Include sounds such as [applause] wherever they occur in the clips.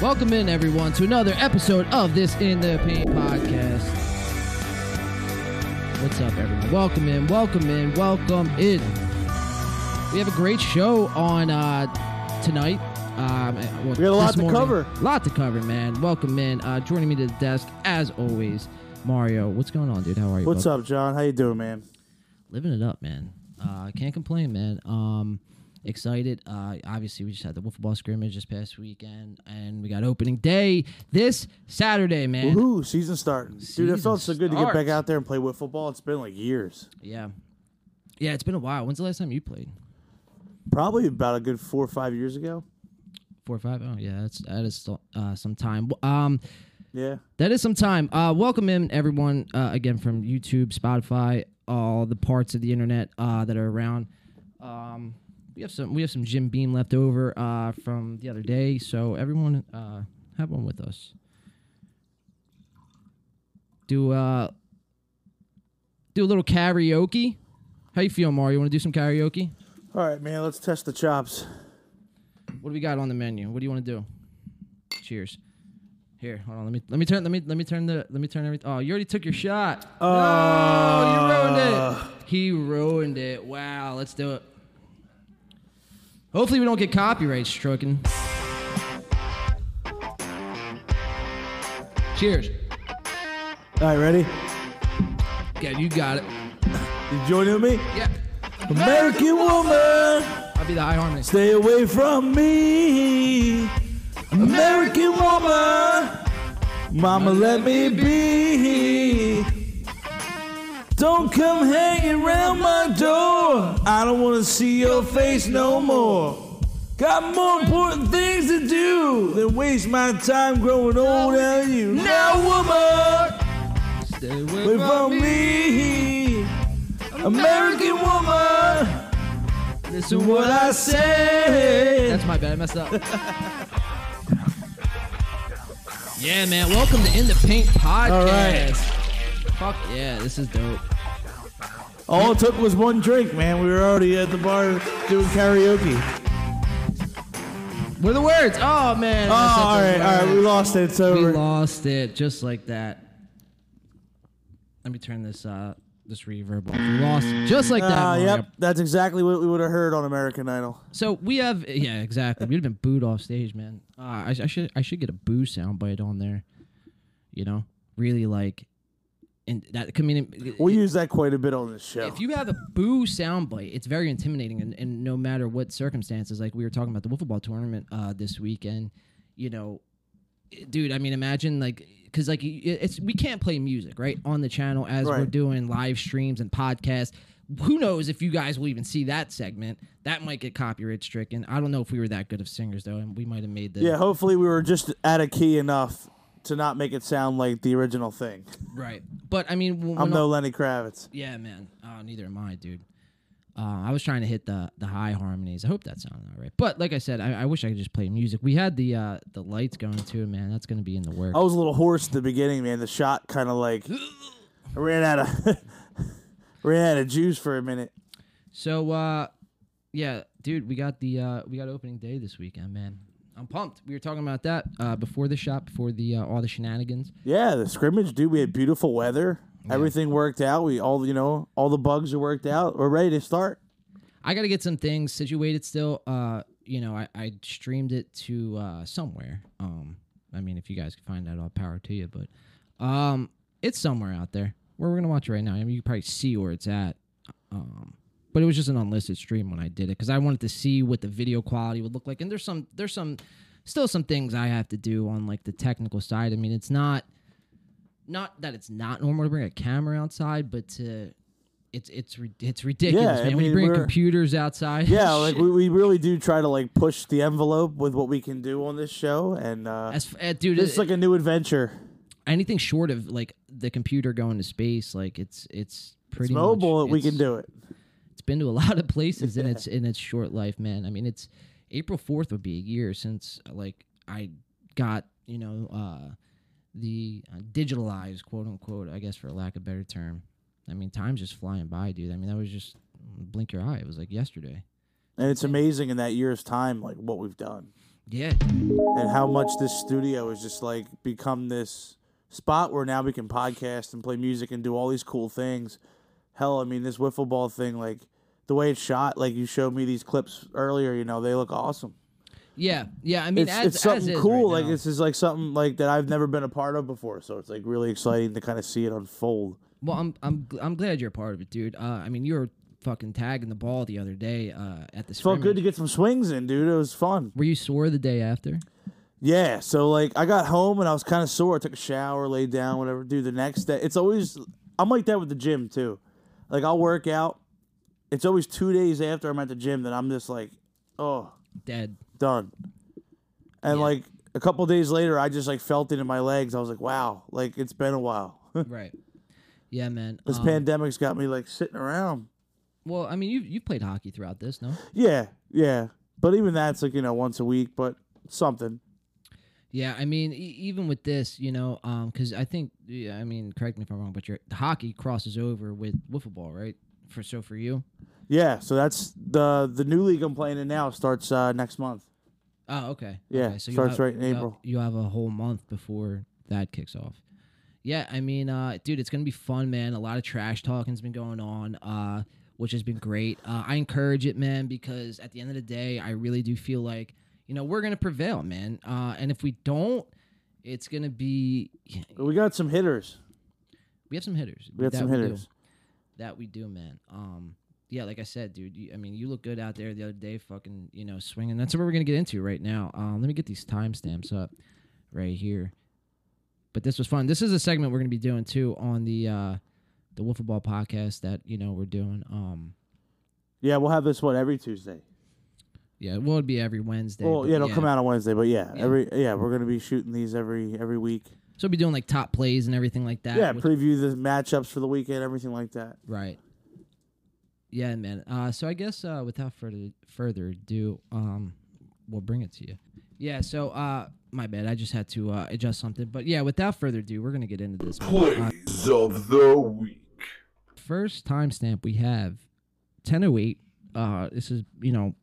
Welcome in, everyone, to another episode of this In the Paint podcast. What's up, everyone? Welcome in, welcome in, welcome in. We have a great show on uh, tonight. Um, well, We got a lot this to morning. cover. lot to cover, man. Welcome in. Uh, joining me to the desk, as always, Mario. What's going on, dude? How are you? What's bud? up, John? How you doing, man? living it up, man. Uh, can't complain, man. Um, excited. Uh, obviously, we just had the wiffle ball scrimmage this past weekend, and we got opening day this Saturday, man. Woohoo! Season starting, dude. Season It felt so good to get starts. back out there and play with football. It's been like years, Yeah, yeah. It's been a while. When's the last time you played? probably about a good four or five years ago. Four or five? Oh, yeah. That's that is uh, some time. Um, Yeah, That is some time. Uh, welcome in everyone uh, again from YouTube, Spotify, all the parts of the internet uh, that are around. Um, we have some we have some Jim Beam left over uh, from the other day, so everyone uh, have one with us. Do uh, do a little karaoke. How you feel, Mario? You want to do some karaoke? All right, man. Let's test the chops. What do we got on the menu? What do you want to do? Cheers. Here, hold on. Let me let me turn let me let me turn the let me turn everything. Oh, you already took your shot. Oh, you ruined it. He ruined it. Wow, let's do it. Hopefully we don't get copyright stroking. Cheers. All right, ready? Yeah, you got it. You joining me? Yeah. American woman, I'll be the high harmonist. stay away from me. American woman, mama, let me be. Don't come hanging around my door. I don't want to see your face no more. Got more important things to do than waste my time growing old on you. Now, woman, Stay away away from from me. American woman, This do what I say. That's my bad. I messed up. yeah, man. Welcome to In the Paint podcast. All right. Fuck yeah, this is dope. All it took was one drink, man. We were already at the bar doing karaoke. What are the words? Oh man. Oh, all I right, messed up the all right. We words. lost it. It's We over. lost it just like that. Let me turn this uh this reverb off. We lost it just like that. Uh, Mario. yep, that's exactly what we would have heard on American Idol. So we have yeah exactly. We'd have been booed off stage, man. Uh, I, I should I should get a boo soundbite on there. You know, really like, and that comedian. We use that quite a bit on this show. if you have a boo soundbite, it's very intimidating, and, and no matter what circumstances, like we were talking about the wiffle ball tournament uh, this weekend, you know, i- dude. I mean, imagine like because like y- it's we can't play music right on the channel as we're Right. doing live streams and podcasts. Who knows if you guys will even see that segment? That might get copyright stricken. I don't know if we were that good of singers though, and we might have made the yeah, hopefully we were just at a key enough to not make it sound like the original thing. right. But I mean, when, I'm when no Lenny Kravitz. Yeah, man. Uh, neither am I, dude. Uh, I was trying to hit the the high harmonies. I hope that sounded all right. But like I said, I, I wish I could just play music. We had the uh, the lights going too, man. That's gonna be in the works. I was a little hoarse at the beginning, man. The shot kind of [laughs] like I ran out of [laughs] ran out of juice for a minute. So uh, yeah, dude, we got the uh, we got opening day this weekend, man. I'm pumped. We were talking about that uh, before the shop, before the uh, all the shenanigans. Yeah, the scrimmage, dude. We Mm. had beautiful weather. Everything worked out. We all, you know, all the bugs are worked out. We're ready to start. I got to get some things situated still. Uh, you know, I, I streamed it to uh, somewhere. Um, I mean, if you guys can find that, all power to you. But um, it's somewhere out there. Where we're gonna watch it right now. I mean, you can probably see where it's at. Um, but it was just an unlisted stream when I did it because I wanted to see what the video quality would look like. And there's some, there's some, still some things I have to do on like the technical side. I mean, it's not, not that it's not normal to bring a camera outside, but to, it's it's ri- it's ridiculous, I man. when you mean, bring we're- computers outside, [laughs] Yeah, like [laughs] shit. we, we really do try to like push the envelope with what we can do on this show, and uh, As, f- uh, dude, it's it, like a new adventure. anything short of like the computer going to space, like it's it's pretty It's mobile. Much, we can it's- do it. It's been to a [laughs] lot of places in its in its short life, man. I mean, it's April fourth would be a year since like I got you know uh, the uh, digitalized quote unquote, I guess for lack of better term. I mean, time's just flying by, dude. I mean, that was just mm, blink your eye. It was like yesterday. And it's amazing in that year's time, like what we've done. Yeah. and how much this studio has just like become this spot where now we can podcast and play music and do all these cool things. Hell, I mean, this wiffle ball thing, like the way it's shot, like you showed me these clips earlier, you know, they look awesome. Yeah. Yeah. I mean, It's, as, it's something as is cool. right like now. this is like something like that I've never been a part of before. So it's like really exciting to kind of see it unfold. Well, I'm I'm gl- I'm glad you're a part of it, dude. Uh, I mean, you were fucking tagging the ball the other day uh, at the It felt scrimmage. good to get some swings in, dude. It was fun. Were you sore the day after? Yeah, so like I got home and I was kind of sore. I took a shower, laid down, whatever. Dude, the next day, it's always I'm like that with the gym too. Like I'll work out. It's always two days after I'm at the gym that I'm just like, oh, [laughs] Dead. done. And Yeah. like a couple days later, I just like felt it in my legs. I was like, wow, like it's been a while. [laughs] right. Yeah, man. this Um, pandemic's got me like sitting around. well, I mean, you you played hockey throughout this, no? Yeah, yeah. But even that's like you know once a week, but something. Yeah, I mean, e- even with this, you know, because I think, yeah, I mean, correct me if I'm wrong, but your hockey crosses over with wiffle ball, right? For so for you. Yeah, so that's the the new league I'm playing in now starts uh, next month. Oh, okay. Yeah, okay. you starts have- right in you have- April. You have a whole month before that kicks off. Yeah, I mean, uh, dude, it's gonna be fun, man. A lot of trash talking's been going on, uh, which has been great. Uh, I encourage it, man, because at the end of the day, I really do feel like you know we're gonna prevail, man. Uh, and if we don't, it's gonna be We got some hitters. we have some hitters. We got That some do. hitters. That we do, man. Um, yeah, like I said, dude. You, I mean, you look good out there the other day, fucking, you know, swinging. That's what we're gonna get into right now. Um, let me get these timestamps up right here. But this was fun. This is a segment we're gonna be doing too on the uh, the Wiffle Ball podcast that you know we're doing. Um, Yeah, we'll have this one every Tuesday. yeah, well, it'd be every Wednesday. well, but yeah, it'll come out on Wednesday, but yeah, Yeah. every yeah, we're gonna be shooting these every every week. So we'll be doing like top plays and everything like that. yeah, which- preview the matchups for the weekend, everything like that. Right. Yeah, man. Uh, so I guess uh, without further further ado, um, we'll bring it to you. Yeah. So uh, my bad. I just had to uh, adjust something. But yeah, without further ado, we're gonna get into this. man. Uh, Plays of the week. first timestamp we have 1008 uh this is you know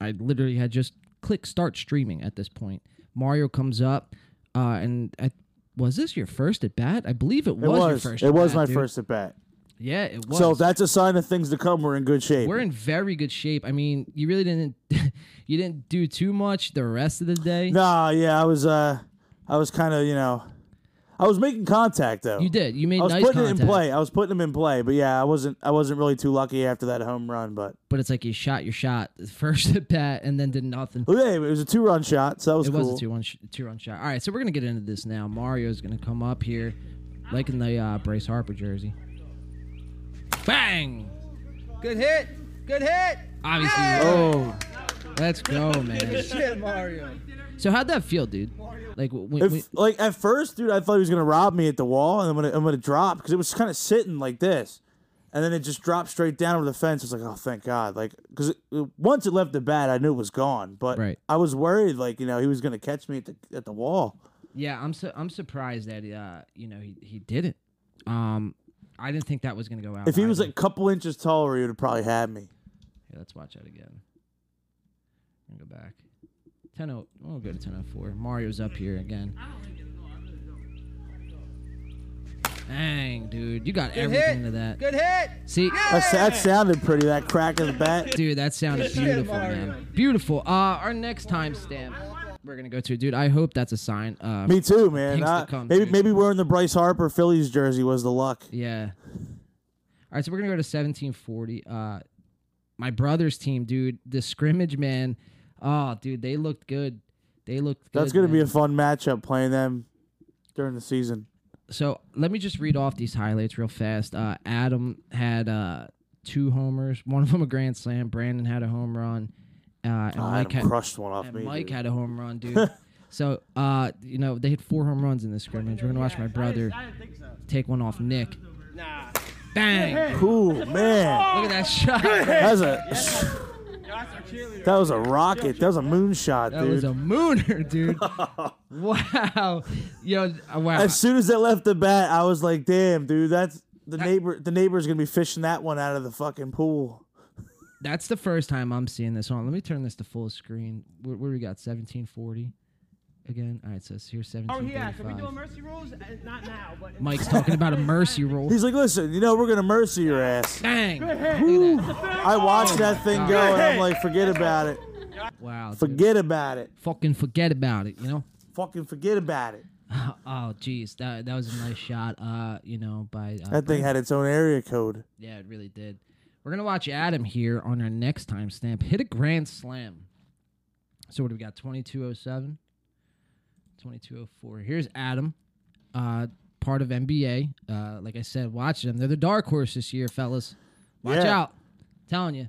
i literally had just click start streaming at this point mario comes up uh and I, was this your first at bat i believe it It was, was, your first it at was bat, my dude. first at bat. yeah it was So if that's a sign of things to come, we're in good shape. we're in very good shape i mean you really didn't [laughs] you didn't do too much the rest of the day nah, yeah, I was uh I was kinda, you know I was making contact though. you did you made I was nice putting contact it in play. I was putting them in play, but yeah, I wasn't I wasn't really too lucky after that home run, but but it's like you shot your shot [laughs] the first at bat and then did nothing well, yeah, it was a two run shot, so that was It cool. was a two one sh- two run shot. All right, so we're gonna get into this now. Mario's gonna come up here, like in the uh, Bryce Harper jersey. Bang! Good hit. Good hit. Obviously, oh let's go, man. [laughs] Shit, Mario. So how'd that feel, dude? Like, w- when, If, when- like at first, dude, I thought he was gonna rob me at the wall, and I'm gonna I'm gonna drop because it was kind of sitting like this, and then it just dropped straight down over the fence. I was like, oh thank God, like because once it left the bat, I knew it was gone. But Right. I was worried, like you know, he was gonna catch me at the at the wall. yeah, I'm su- I'm surprised that uh, you know he he did it. Um, I didn't think that was gonna go out. If he was either. like a couple inches taller, he would have probably had me. Here, let's watch that again. I'm gonna go back. 10 0, we'll go to 1004. Mario's up here again. Dang, dude. You got everything to that. Good hit. See, oh, That's, that sounded pretty. That crack of the bat. dude, that sounded beautiful, Mario. man. Beautiful. Uh, our next timestamp we're gonna go to, dude. I hope that's a sign. Uh, Me too, man. Things to I- come, maybe dude. maybe wearing the Bryce Harper Phillies jersey was the luck. Yeah. All right, so we're gonna go to seventeen forty. Uh, my brother's team, dude. The scrimmage, man. Oh, dude, they looked good. They looked. Good, That's gonna be man. a fun matchup playing them during the season. so let me just read off these highlights real fast. Uh, Adam had uh, two homers, one of them a grand slam. Brandon had a home run, uh, and Oh, Mike, Adam had, crushed one off and me. Mike dude. had a home run, [laughs] dude. so uh, you know they hit four home runs in this scrimmage. We're gonna watch my brother think so. take one off Nick. Nah. Bang! [laughs] Cool man. Look at that shot. That man. was a that was a rocket. That was a moonshot, That was dude. a mooner, [laughs] [laughs] dude. wow, yo, uh, wow. as soon as it left the bat, I was like, "Damn, dude, that's the neighbor. The neighbor's gonna be fishing that one out of the fucking pool." that's the first time I'm seeing this on. Let me turn this to full screen. Where, where we got 1740 again? All right, so it's here's Oh yeah, can we do a 1745. mercy rules? Uh, not now, but in Mike's talking about [laughs] a mercy roll. He's like, listen, you know, we're gonna mercy your ass. Dang! Whew. I Oh watched that thing go, and I'm like, forget about it. Wow. dude. Forget about it. Fucking forget about it, you know? [laughs] Fucking forget about it. Oh, geez. That, that was a nice shot, uh, you know, by. Uh, That thing had its own area code. Yeah, it really did. We're gonna watch Adam here on our next timestamp. Hit a grand slam. So what do we got? 2207, 2204. Here's Adam, uh, part of NBA. Uh, like I said, watch them. They're the dark horse this year, fellas. Watch Yeah. out. telling you.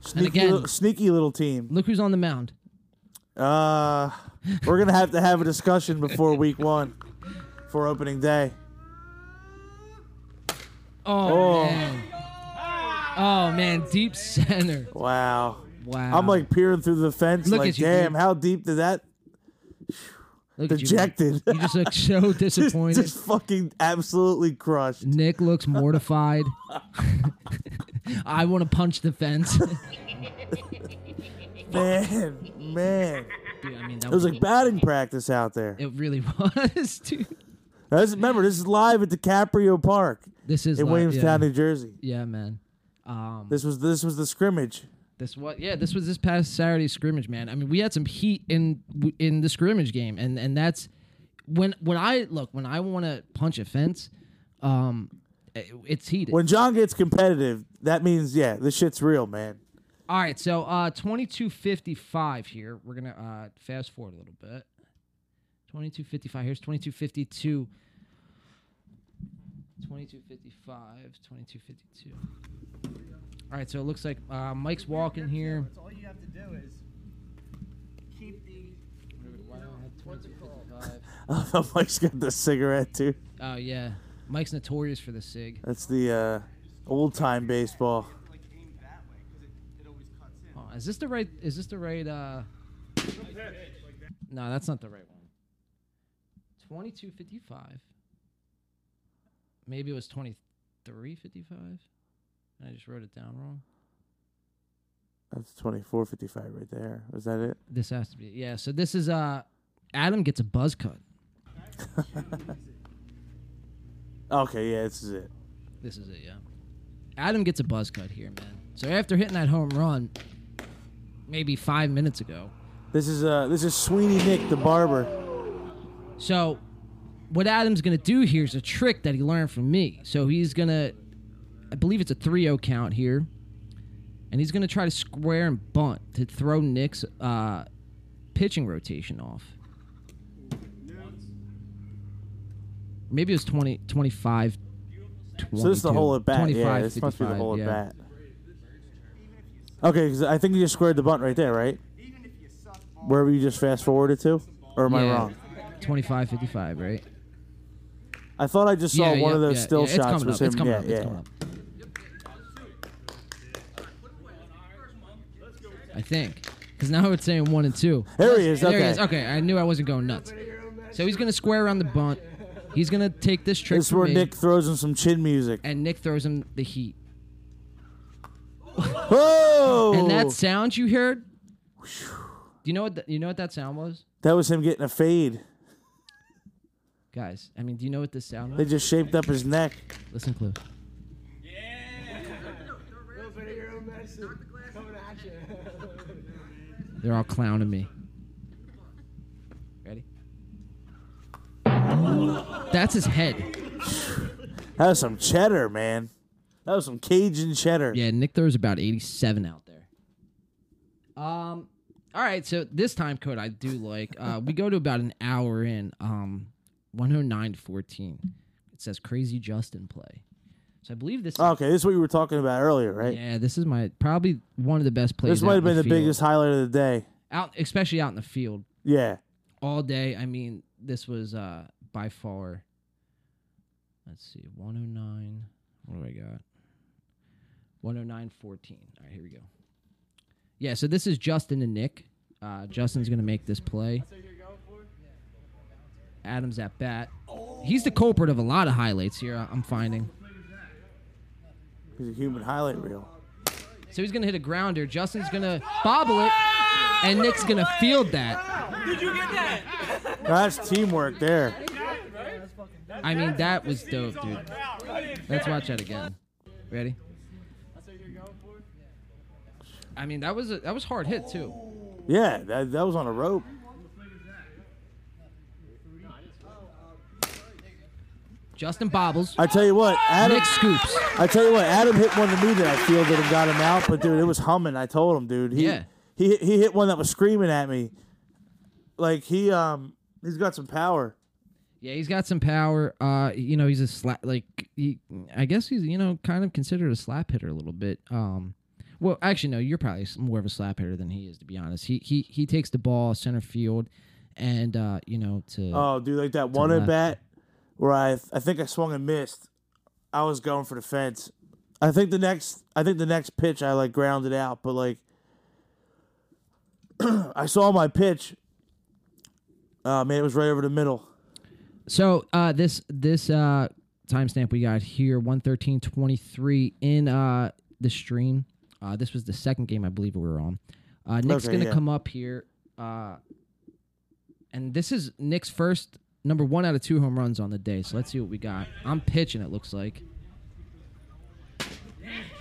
Sneaky, again- little, sneaky little team. Look who's on the mound. Uh, we're gonna have to have a discussion before week one, for opening day. Oh, man. Oh man, deep center. Wow. Wow. I'm like peering through the fence, Look like, at you, damn, dude. how deep did that? Look at you, Mike. Dejected. [laughs] You just look so disappointed. just fucking absolutely crushed. Nick looks mortified. [laughs] I want to punch the fence. [laughs] Man, man. Dude, I mean, that It was like batting practice out there. [laughs] it really was, dude. That's, remember, this is live at DiCaprio Park This is in like- Williamstown, Yeah, New Jersey. yeah, man. Um, This was this was the scrimmage. this what? Yeah, this was this past Saturday scrimmage, man. I mean, we had some heat in in the scrimmage game, and and that's when when I look when I want to punch a fence, um, it- it's heated. When John gets competitive, that means yeah, this shit's real, man. [laughs] All right, so uh, twenty two fifty five here. We're gonna uh, fast forward a little bit. Twenty two fifty five. Here's twenty two fifty two. Twenty two fifty five. Twenty two fifty two. All right, so it looks like uh, Mike's walking here. That's all you have to do is keep the. Mike's got the cigarette too. Oh yeah, Mike's notorious for the sig. That's the uh, old time baseball. Like aim that way because it, it always cuts in. Oh, is this the right? Is this the right? Uh... No, that's not the right one. Twenty-two fifty-five. Maybe it was twenty-three fifty-five. I just wrote it down wrong. That's twenty four fifty five right there. Was that it? This has to be yeah. So this is uh, Adam gets a buzz cut. Okay, yeah, this is it. This is it, yeah. Adam gets a buzz cut here, man. So after hitting that home run, maybe five minutes ago, This is uh, this is Sweeney Nick the barber. So, what Adam's going to do here is a trick that he learned from me. So, he's going to, I believe it's a 3 0 count here. And he's going to try to square and bunt to throw Nick's uh, pitching rotation off. Maybe it was 20, 25. So this is the 22, whole at bat. Yeah, 25, this must be the 55, whole yeah. at bat. Okay, 'cause I think you just squared the bunt right there, right? Even if you suck ball, Wherever you just fast forwarded to, or am I Yeah. wrong? 25 55, right? I thought I just saw yeah, one yeah, of those yeah, still yeah, it's shots coming was up, him. It's coming yeah, up, yeah. It's coming up. I think. Because now it's saying one and two. There he is. There Okay. he is. Okay, I knew I wasn't going nuts. So he's going to square around the bunt. He's going to take this trick This is from where me, Nick throws him some chin music. and Nick throws him the heat. Whoa! And that sound you heard, do you know what th- you know what that sound was? That was him getting a fade. Guys, I mean, do you know what this sound They was? just shaped up his neck. Listen, Clue. a little bit of your own medicine coming at you. They're all clowning me. Ready? That's his head. That was some cheddar, man. That was some Cajun cheddar. Yeah, Nick throws about 87 out there. Um, all right, so this time code I do like. Uh, we go to about an hour in, um, 109.14. It says Crazy Justin play. So I believe this. Okay, this is what you were talking about earlier, right? Yeah, this is my probably one of the best plays. this might out have in been the, field. biggest highlight of the day. out, especially out in the field. Yeah. all day. I mean, this was uh by far. Let's see, one oh nine. What do I got? One oh nine fourteen. All right, here we go. Yeah, so this is Justin and Nick. Uh, Justin's gonna make this play. Adams at bat. He's the culprit of a lot of highlights here. I- I'm finding. He's a human highlight reel. So he's gonna hit a grounder. Justin's gonna bobble it, and Nick's gonna field that. Did you get that? That's teamwork there. I mean, that was dope, dude. Let's watch that again. Ready? I mean, that was a, that was hard hit too. Yeah, that, that was on a rope. Justin bobbles. I tell you what, Adam. Nick scoops. I tell you what, Adam hit one to me that I fielded and got him out, but dude, it was humming. I told him, dude. He, Yeah. He he hit one that was screaming at me, like he um he's got some power. Yeah, he's got some power. Uh, you know, he's a slap. Like, he, I guess he's you know kind of considered a slap hitter a little bit. Um, well, actually, no, you're probably s- more of a slap hitter than he is, to be honest. He he he takes the ball center field, and uh, you know to Oh, dude, like that one at left. bat where I I think I swung and missed. I was going for the fence. I think the next I think the next pitch I like grounded out, but like [clears throat] I saw my pitch. Oh man, it was right over the middle. So uh, this this uh, timestamp we got here one thirteen twenty three in uh, the stream. Uh, this was the second game I believe we were on. Uh, Nick's Okay, gonna yeah. come up here, uh, and this is Nick's first number one out of two home runs on the day. So let's see what we got. I'm pitching. It looks like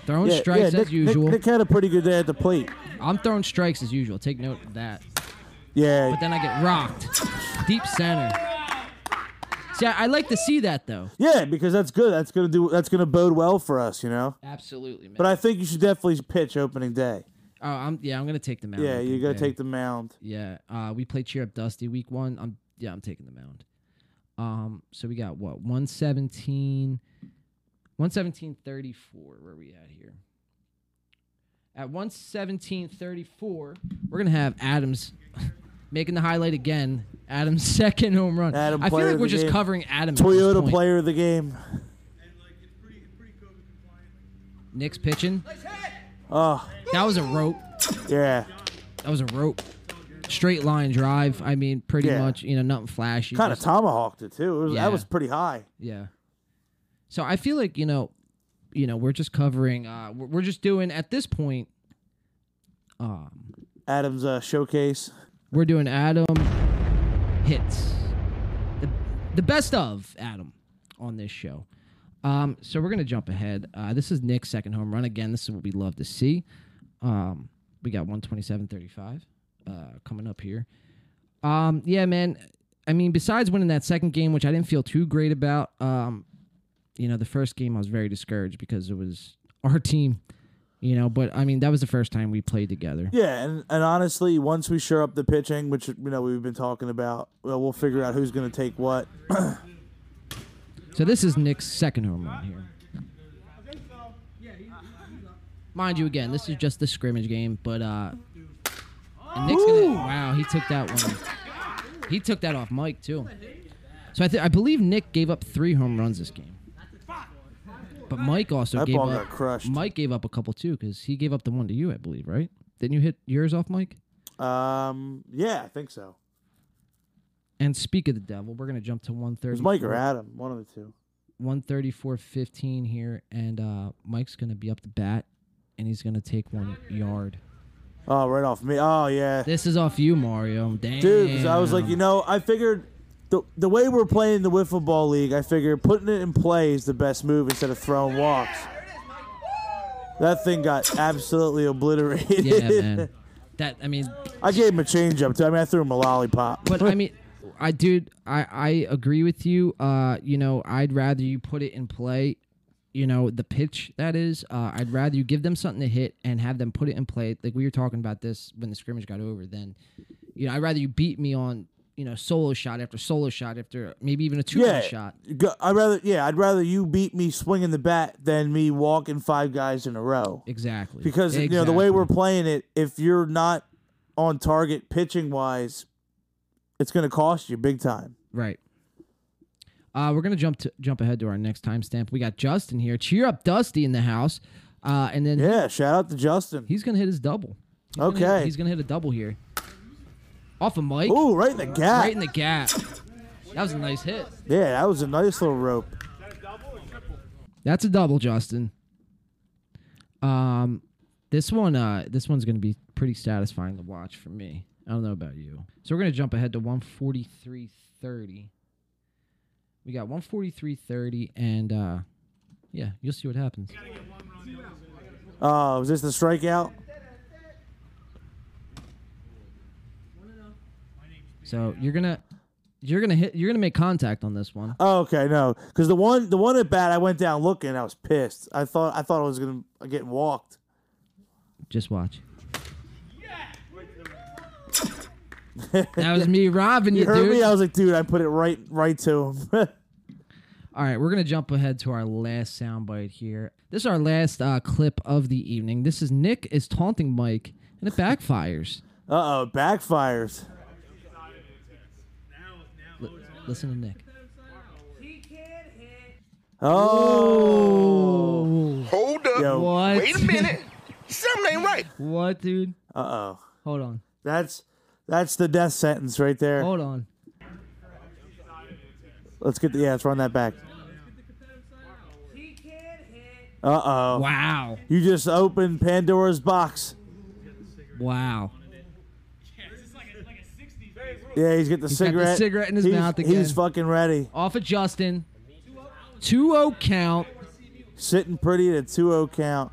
throwing strikes Nick, as Nick- usual. Nick had a pretty good day at the plate. I'm throwing strikes as usual. Take note of that. Yeah, But then I get rocked deep center. See, I, I like to see that though. Yeah, because that's good. That's gonna do. That's gonna bode well for us, you know. Absolutely, man. But I think you should definitely pitch opening day. Oh, I'm yeah. I'm gonna take the mound. Yeah, you gotta gotta take the mound. Yeah, uh, we played cheer up Dusty week one. I'm yeah, I'm taking the mound. Um, so we got what 117, 117.34. Where we at here? At 117.34, we're gonna have Adams [laughs] making the highlight again. Adams' [laughs] second home run. Adam, I feel player like of we're the just game. covering Adam. at this Toyota point. player of the game. Nick's pitching. Oh, That was a rope. yeah. That was a rope. Straight line drive. I mean, pretty Yeah. much. You know, nothing flashy. Kind of just- tomahawked it too. It was, Yeah. That was pretty high. Yeah. So I feel like you know, you know, we're just covering. Uh, we're we're just doing at this point. Um, Adam's uh, showcase. we're doing Adam hits, the the best of Adam on this show. Um, so we're gonna jump ahead. Uh, this is Nick's second home run again. This is what we love to see. Um, we got one twenty seven thirty five uh, coming up here. Um, yeah, man. I mean, besides winning that second game, which I didn't feel too great about, um, you know, the first game I was very discouraged because it was our team, you know. But I mean, that was the first time we played together. Yeah, and, and honestly, once we shore up the pitching, which you know we've been talking about, well, we'll figure out who's gonna take what. So this is Nick's second home run here. Mind you, again, this is just the scrimmage game, but uh, and Nick's gonna. Wow, he took that one. He took that off Mike too. So I, th- I believe Nick gave up three home runs this game. But Mike also That gave ball up. got crushed. Mike gave up a couple too, because he gave up the one to you, I believe, right? Didn't you hit yours off, Mike? Um, yeah, I think so. And speak of the devil, we're gonna jump to one It was thirty. Mike or Adam, one of the two. 134.15 here, and uh, Mike's going to be up the bat, and he's going to take one yard. Oh, right off me. Oh yeah. This is off you, Mario. Damn. Dude, 'cause I was like, you know, I figured the the way we're playing the wiffle ball league, I figured putting it in play is the best move instead of throwing walks. That thing got absolutely obliterated. Yeah, man. That, I mean, I gave him a change up too. I mean, I threw him a lollipop. but I mean, I, dude, I, I agree with you. Uh, you know, I'd rather you put it in play, you know, the pitch that is. Uh, I'd rather you give them something to hit and have them put it in play. Like we were talking about this when the scrimmage got over, then, you know, I'd rather you beat me on, you know, solo shot after solo shot after maybe even a two run yeah, shot. go- I'd rather yeah, I'd rather you beat me swinging the bat than me walking five guys in a row. Exactly. Because E, exactly. you know the way we're playing it, if you're not on target pitching wise, it's going to cost you big time. right. Uh, we're gonna jump to, jump ahead to our next timestamp. We got Justin here. Cheer up, Dusty in the house, uh, and then Yeah, shout out to Justin. he's gonna hit his double. He's gonna hit- Okay. he's gonna hit a double here, off of Mike, Ooh, right in the gap. right in the gap. That was a nice hit. yeah, that was a nice little rope. That's a double, Justin. Um, This one, uh, this one's gonna be pretty satisfying to watch for me. I don't know about you. So we're gonna jump ahead to 143.30. We got 143.30, and uh, yeah, you'll see what happens. Oh, was this the strikeout? So you're gonna, you're gonna hit, you're gonna make contact on this one. Oh, okay, no, because the one the one at bat, I went down looking, I was pissed. I thought I thought I was gonna get walked. Just watch. [laughs] that was me robbing you, You heard dude. me? I was like, dude, I put it right right to him. [laughs] All right, we're gonna jump ahead to our last soundbite here. This is our last uh, clip of the evening. This is Nick is taunting Mike, and it backfires. uh oh, backfires. Listen to Nick. He can hit. Oh, Hold up. yo, What? Wait a minute. Something ain't right. [laughs] what, dude? uh oh, Hold on. that's that's the death sentence right there. Hold on. Let's get the yeah, let's run that back. He can hit. Uh oh, Wow. you just opened Pandora's box. Wow. Yeah, he's got the got the cigarette. cigarette in his he's, mouth He's again. fucking ready. Off of Justin. 2-0 count. Sitting pretty at a 2-0 count.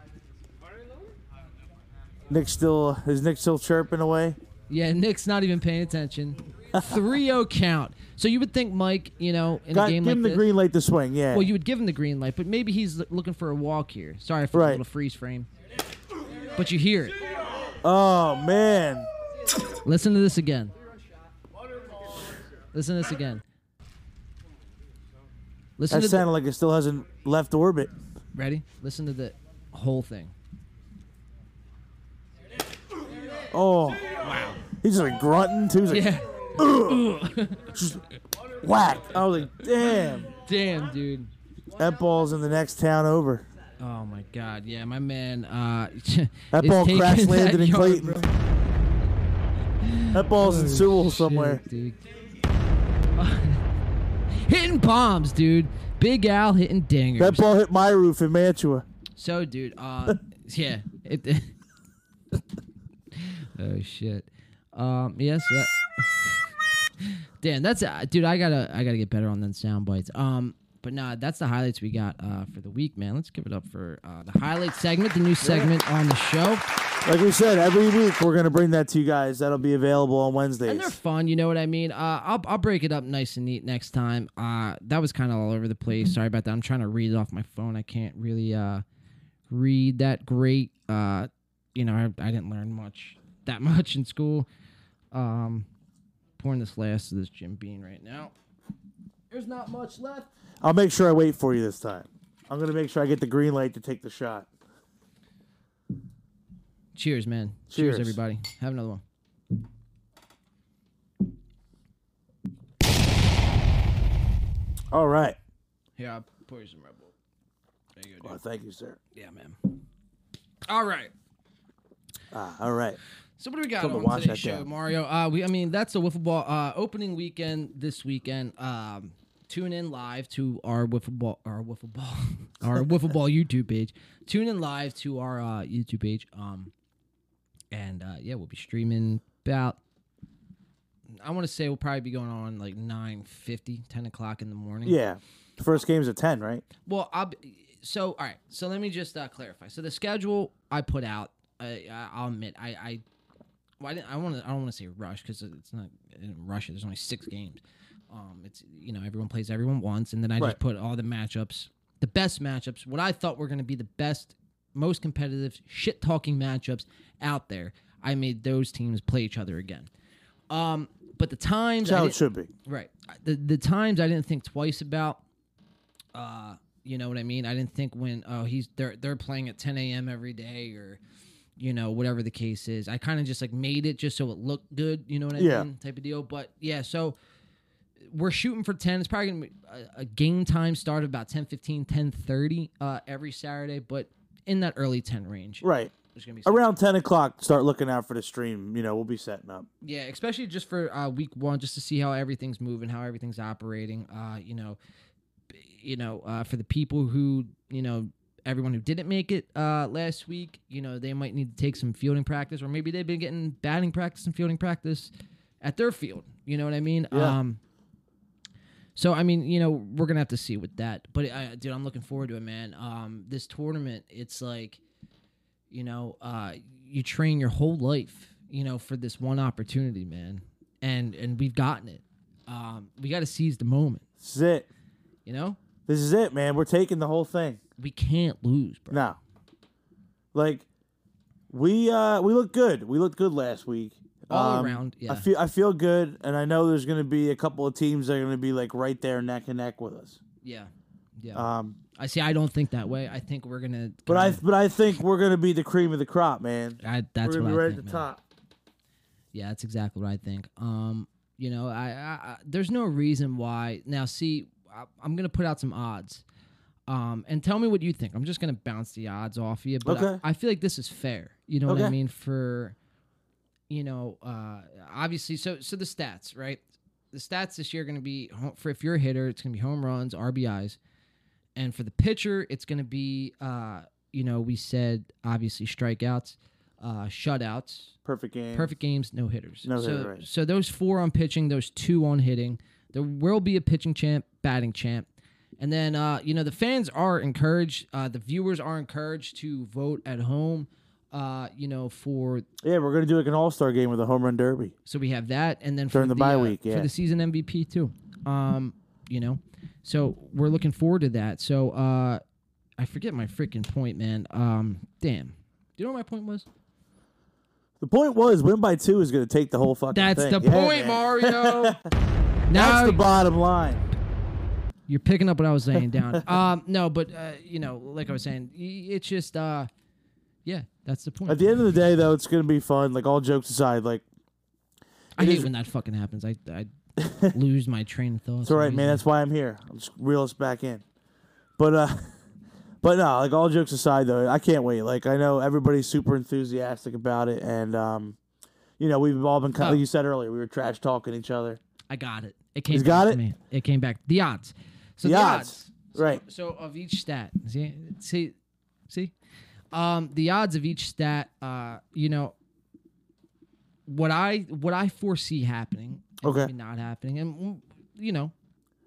Nick still is Nick still chirping away. Yeah, Nick's not even paying attention. [laughs] 3-0 count. So you would think Mike, you know, in Got, a game give like him the this, green light to swing. Yeah. well, you would give him the green light, but maybe he's l- looking for a walk here. Sorry for the Right. little freeze frame. But you hear it. oh man. Listen to this again. Listen to this again. Listen That to the, sounded like it still hasn't left orbit. ready? Listen to the whole thing. [laughs] Oh. He's just like grunting too. He's like, Yeah. whack. I was like, damn. Damn, dude. That ball's in the next town over. Oh my God. Yeah, my man. Uh, [laughs] That is ball taking crash that landed in yard, Clayton. bro. That ball's in Sewell somewhere. Shit, dude. [laughs] hitting bombs, dude. Big Al hitting dingers. That ball hit my roof in Mantua. So, dude, uh, yeah. It, [laughs] oh shit. Um, yes. That, [laughs] damn, that's uh, dude. I gotta, I gotta get better on them sound bites. Um, but nah, that's the highlights we got uh, for the week, man. Let's give it up for uh, the highlight segment, the new segment on the show. Like we said, every week we're gonna bring that to you guys. That'll be available on Wednesdays. And they're fun, you know what I mean? Uh, I'll, I'll break it up nice and neat next time. Uh, that was kind of all over the place. Sorry about that. I'm trying to read it off my phone. I can't really uh, read that great. Uh, you know, I, I didn't learn much, that [laughs] much in school. Um, pouring this last of this Jim Bean right now. There's not much left. I'll make sure I wait for you this time. I'm gonna make sure I get the green light to take the shot. Cheers, man. Cheers. Cheers everybody. Have another one. All right. Here, I'll pour you some Red Bull. There you go, Well, dude. thank you, sir. Yeah, man. All right. Ah, all right. So what do we got Come to on watch today's that show, down. Mario? Uh, we, I mean, that's the wiffle ball uh, opening weekend this weekend. Um, tune in live to our wiffle ball, our wiffle ball, [laughs] our wiffle ball YouTube page. Tune in live to our uh, YouTube page. Um, and uh, yeah, we'll be streaming about. I want to say we'll probably be going on like 9 10 o'clock in the morning. Yeah. The first game's at ten, right? Well, I'll be, so all right. So let me just uh, clarify. So the schedule I put out, I, I- I'll admit, I, I, well, I, didn't, I want to, I don't want to say rush because it's not I didn't rush. It. There's only six games. Um, it's you know everyone plays everyone once, and then I Right. just put all the matchups, the best matchups, what I thought were going to be the best, most competitive, shit talking matchups out there. I made those teams play each other again. Um, but the times That's I how it didn't- should be. Right. The the times I didn't think twice about. Uh, you know what I mean. I didn't think when oh he's they're they're playing at 10 a.m. every day or, you know whatever the case is. I kind of just like made it just so it looked good. You know what I Yeah. mean? Type of deal. But yeah, so we're shooting for 10 it's probably gonna be uh, a, a game time start of about 10 15 10 uh, every saturday but in that early 10 range Right. there's gonna be Around ten o'clock, start looking out for the stream. You know, we'll be setting up. Yeah, especially just for uh, week one, just to see how everything's moving, how everything's operating. Uh, you know, b- you know, uh, for the people who you know everyone who didn't make it uh, last week, you know, they might need to take some fielding practice, or maybe they've been getting batting practice and fielding practice at their field. You know what I mean? Yeah. Um, so I mean, you know, we're gonna have to see with that. But I, dude, I'm looking forward to it, man. Um, this tournament, it's like, you know, uh, you train your whole life, you know, for this one opportunity, man. And and we've gotten it. Um, we got to seize the moment, This is it. you know. This is it, man. We're taking the whole thing. We can't lose, bro. No. Like we uh we look good. We looked good last week. Um, All around, yeah. I feel I feel good and I know there's gonna be a couple of teams that are gonna be like right there neck and neck with us. Yeah, yeah. Um I see. I don't think that way. I think we're gonna. but I but I think we're gonna be the cream of the crop, man. I, that's we're what I gonna be right think, at the man. top. Yeah, that's exactly what I think. Um, you know, I, I, I there's no reason why. Now, see, I, I'm gonna put out some odds, um, and tell me what you think. I'm just gonna bounce the odds off you, but Okay. I, I feel like this is fair. You know what I Okay. mean? For, you know, uh, obviously, so so the stats, right? The stats this year are gonna be ho- for if you're a hitter, it's gonna be home runs, RBIs, and for the pitcher, it's gonna be, uh, you know, we said obviously strikeouts, uh, shutouts. Perfect game. Perfect games, no hitters. No so, hitter, right. so those four on pitching, those two on hitting. There will be a pitching champ, batting champ. And then, uh, you know, the fans are encouraged, uh, the viewers are encouraged to vote at home, uh, you know, for. Yeah, we're gonna do like an all star game with a home run derby. So we have that. And then for During the bye uh, week, yeah. For the season MVP, too. Um, you know, so we're looking forward to that. So uh, I forget my freaking point, man. Um, damn. Do you know what my point was? The point was win by two is gonna take the whole fucking That's thing. the Yeah, point, man. Mario. [laughs] now That's the bottom line. You're picking up what I was laying down. [laughs] um, no, but uh, you know, like I was saying, y- it's just, uh, yeah, that's the point. At the end of the day though, it's gonna be fun. Like all jokes aside, like I it hate is- when that fucking happens. I, [laughs] I lose my train of thought. It's all right, man. Mm-hmm. That's why I'm here. I'll just reel us back in. But uh, [laughs] but no, like all jokes aside, though, I can't wait. Like I know everybody's super enthusiastic about it, and um, you know we've all been kind. Oh. Like you said earlier, we were trash talking each other. I got it. It came. He's back got to it? Me. It came back. The odds. So The the, odds. Right. So of each stat, see, see, see, um, the odds of each stat. Uh, you know, what I what I foresee happening. and Okay. maybe Not happening, and mm, you know,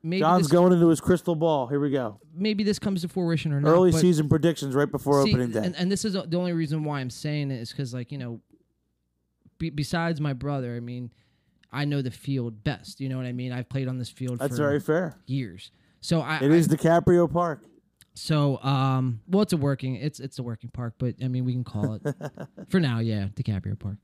maybe John's this, going into his crystal ball. Here we go. maybe this comes to fruition or not. Early but- season predictions right before See, opening day. And, and this is the only reason why I'm saying it is because, like, you know, be, besides my brother, I mean, I know the field best. You know what I mean? I've played on this field That's for very fair. years. So I, It I- is DiCaprio Park. so um well it's a working it's it's a working park, but I mean we can call [laughs] it for now, yeah, DiCaprio Park.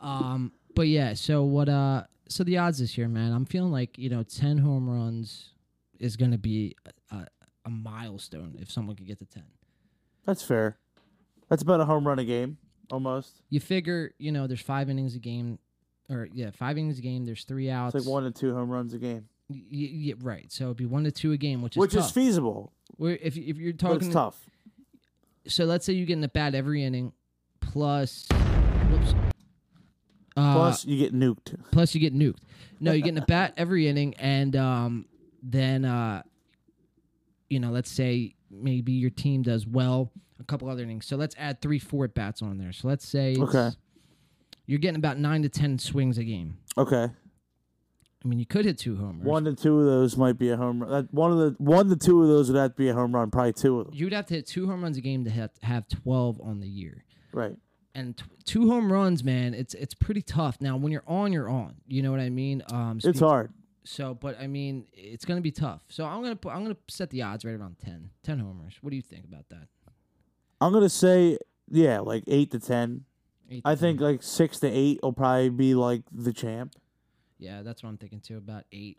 Um but yeah, so what uh so the odds this year, man, I'm feeling like, you know, ten home runs is gonna be a, a, a milestone if someone could get to ten. That's fair. That's about a home run a game, almost. you figure, you know, there's five innings a game, or yeah, five innings a game. There's three outs. It's like one to two home runs a game, Y- y- yeah, right. So it'd be one to two a game, which is which tough. is feasible, Where if if you're but it's talking, tough. so let's say you get in the bat every inning, plus, whoops, uh, Plus, you get nuked. plus you get nuked. No, you get in a bat [laughs] every inning, and um, then uh, you know, let's say maybe your team does well a couple other innings. So let's add three, four at bats on there. So let's say it's- Okay. you're getting about nine to ten swings a game. Okay. I mean, you could hit two homers. One to two of those might be a home run. That one of the one to two of those would have to be a home run. Probably two of them. You'd have to hit two home runs a game to have, have 12 on the year. Right. And t- two home runs, man, it's it's pretty tough. Now, when you're on, you're on. You know what I mean? Um, It's speak- hard. So, but I mean, it's gonna be tough. So I'm gonna put, I'm gonna set the odds right around 10. 10 homers. What do you think about that? I'm gonna say yeah, like eight to ten. Eight to I 10. think like six to eight will probably be like the champ. Yeah, that's what I'm thinking too. About eight,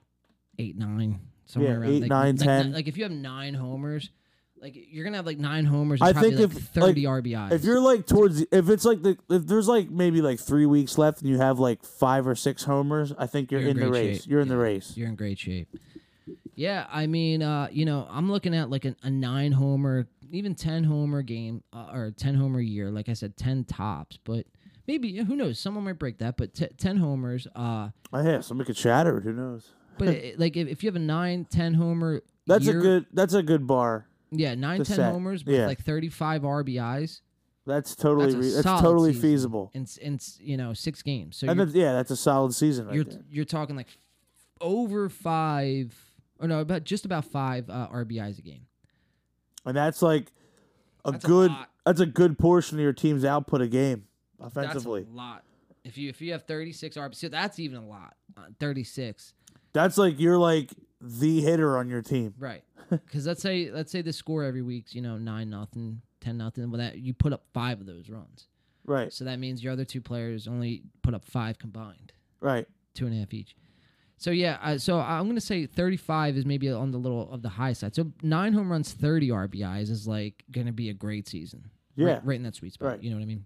eight, nine, somewhere Yeah, around eight, like, nine, like, 10. Like, if you have nine homers, like you're gonna have like nine homers. And I probably think like if- 30 like, RBIs. If you're like towards the, if it's like the if there's like maybe like three weeks left and you have like five or six homers, I think you're, You're in in the great race. shape. You're in the Yeah. race. You're in great shape. Yeah, I mean, uh, you know, I'm looking at like an, a nine homer, even ten homer game uh, or ten homer year. Like I said, ten tops, but maybe who knows? Someone might break that, but t- ten homers. Uh, I have Oh, somebody could shatter it. Who knows? but it, like if, if you have a nine, ten homer, Hmm. That's year, a good. That's a good bar. Yeah, nine The ten set. homers, but Yeah. like 35 RBIs. That's totally That's a re- that's solid totally season. feasible. in, s- in s- you know six games. So and you're, then, yeah, that's a solid season right you're there. you're talking like f- over five or no, about just about five uh, RBIs a game. And that's like a That's a good lot. that's a good portion of your team's output a game offensively. That's a lot. If you if you have 36 RBIs, so that's even a lot. Uh, 36, That's like you're like the hitter on your team. [laughs] right? Because let's say let's say the score every week's you know nine nothing, ten nothing. Well, that you put up five of those runs, Right. so that means your other two players only put up five combined. Right. two and a half each. So yeah, uh, so I'm gonna say 35 is maybe on the little of the high side. So nine home runs, 30 RBIs is like gonna be a great season. Right- Yeah. right, in that sweet spot. Right. You know what I mean?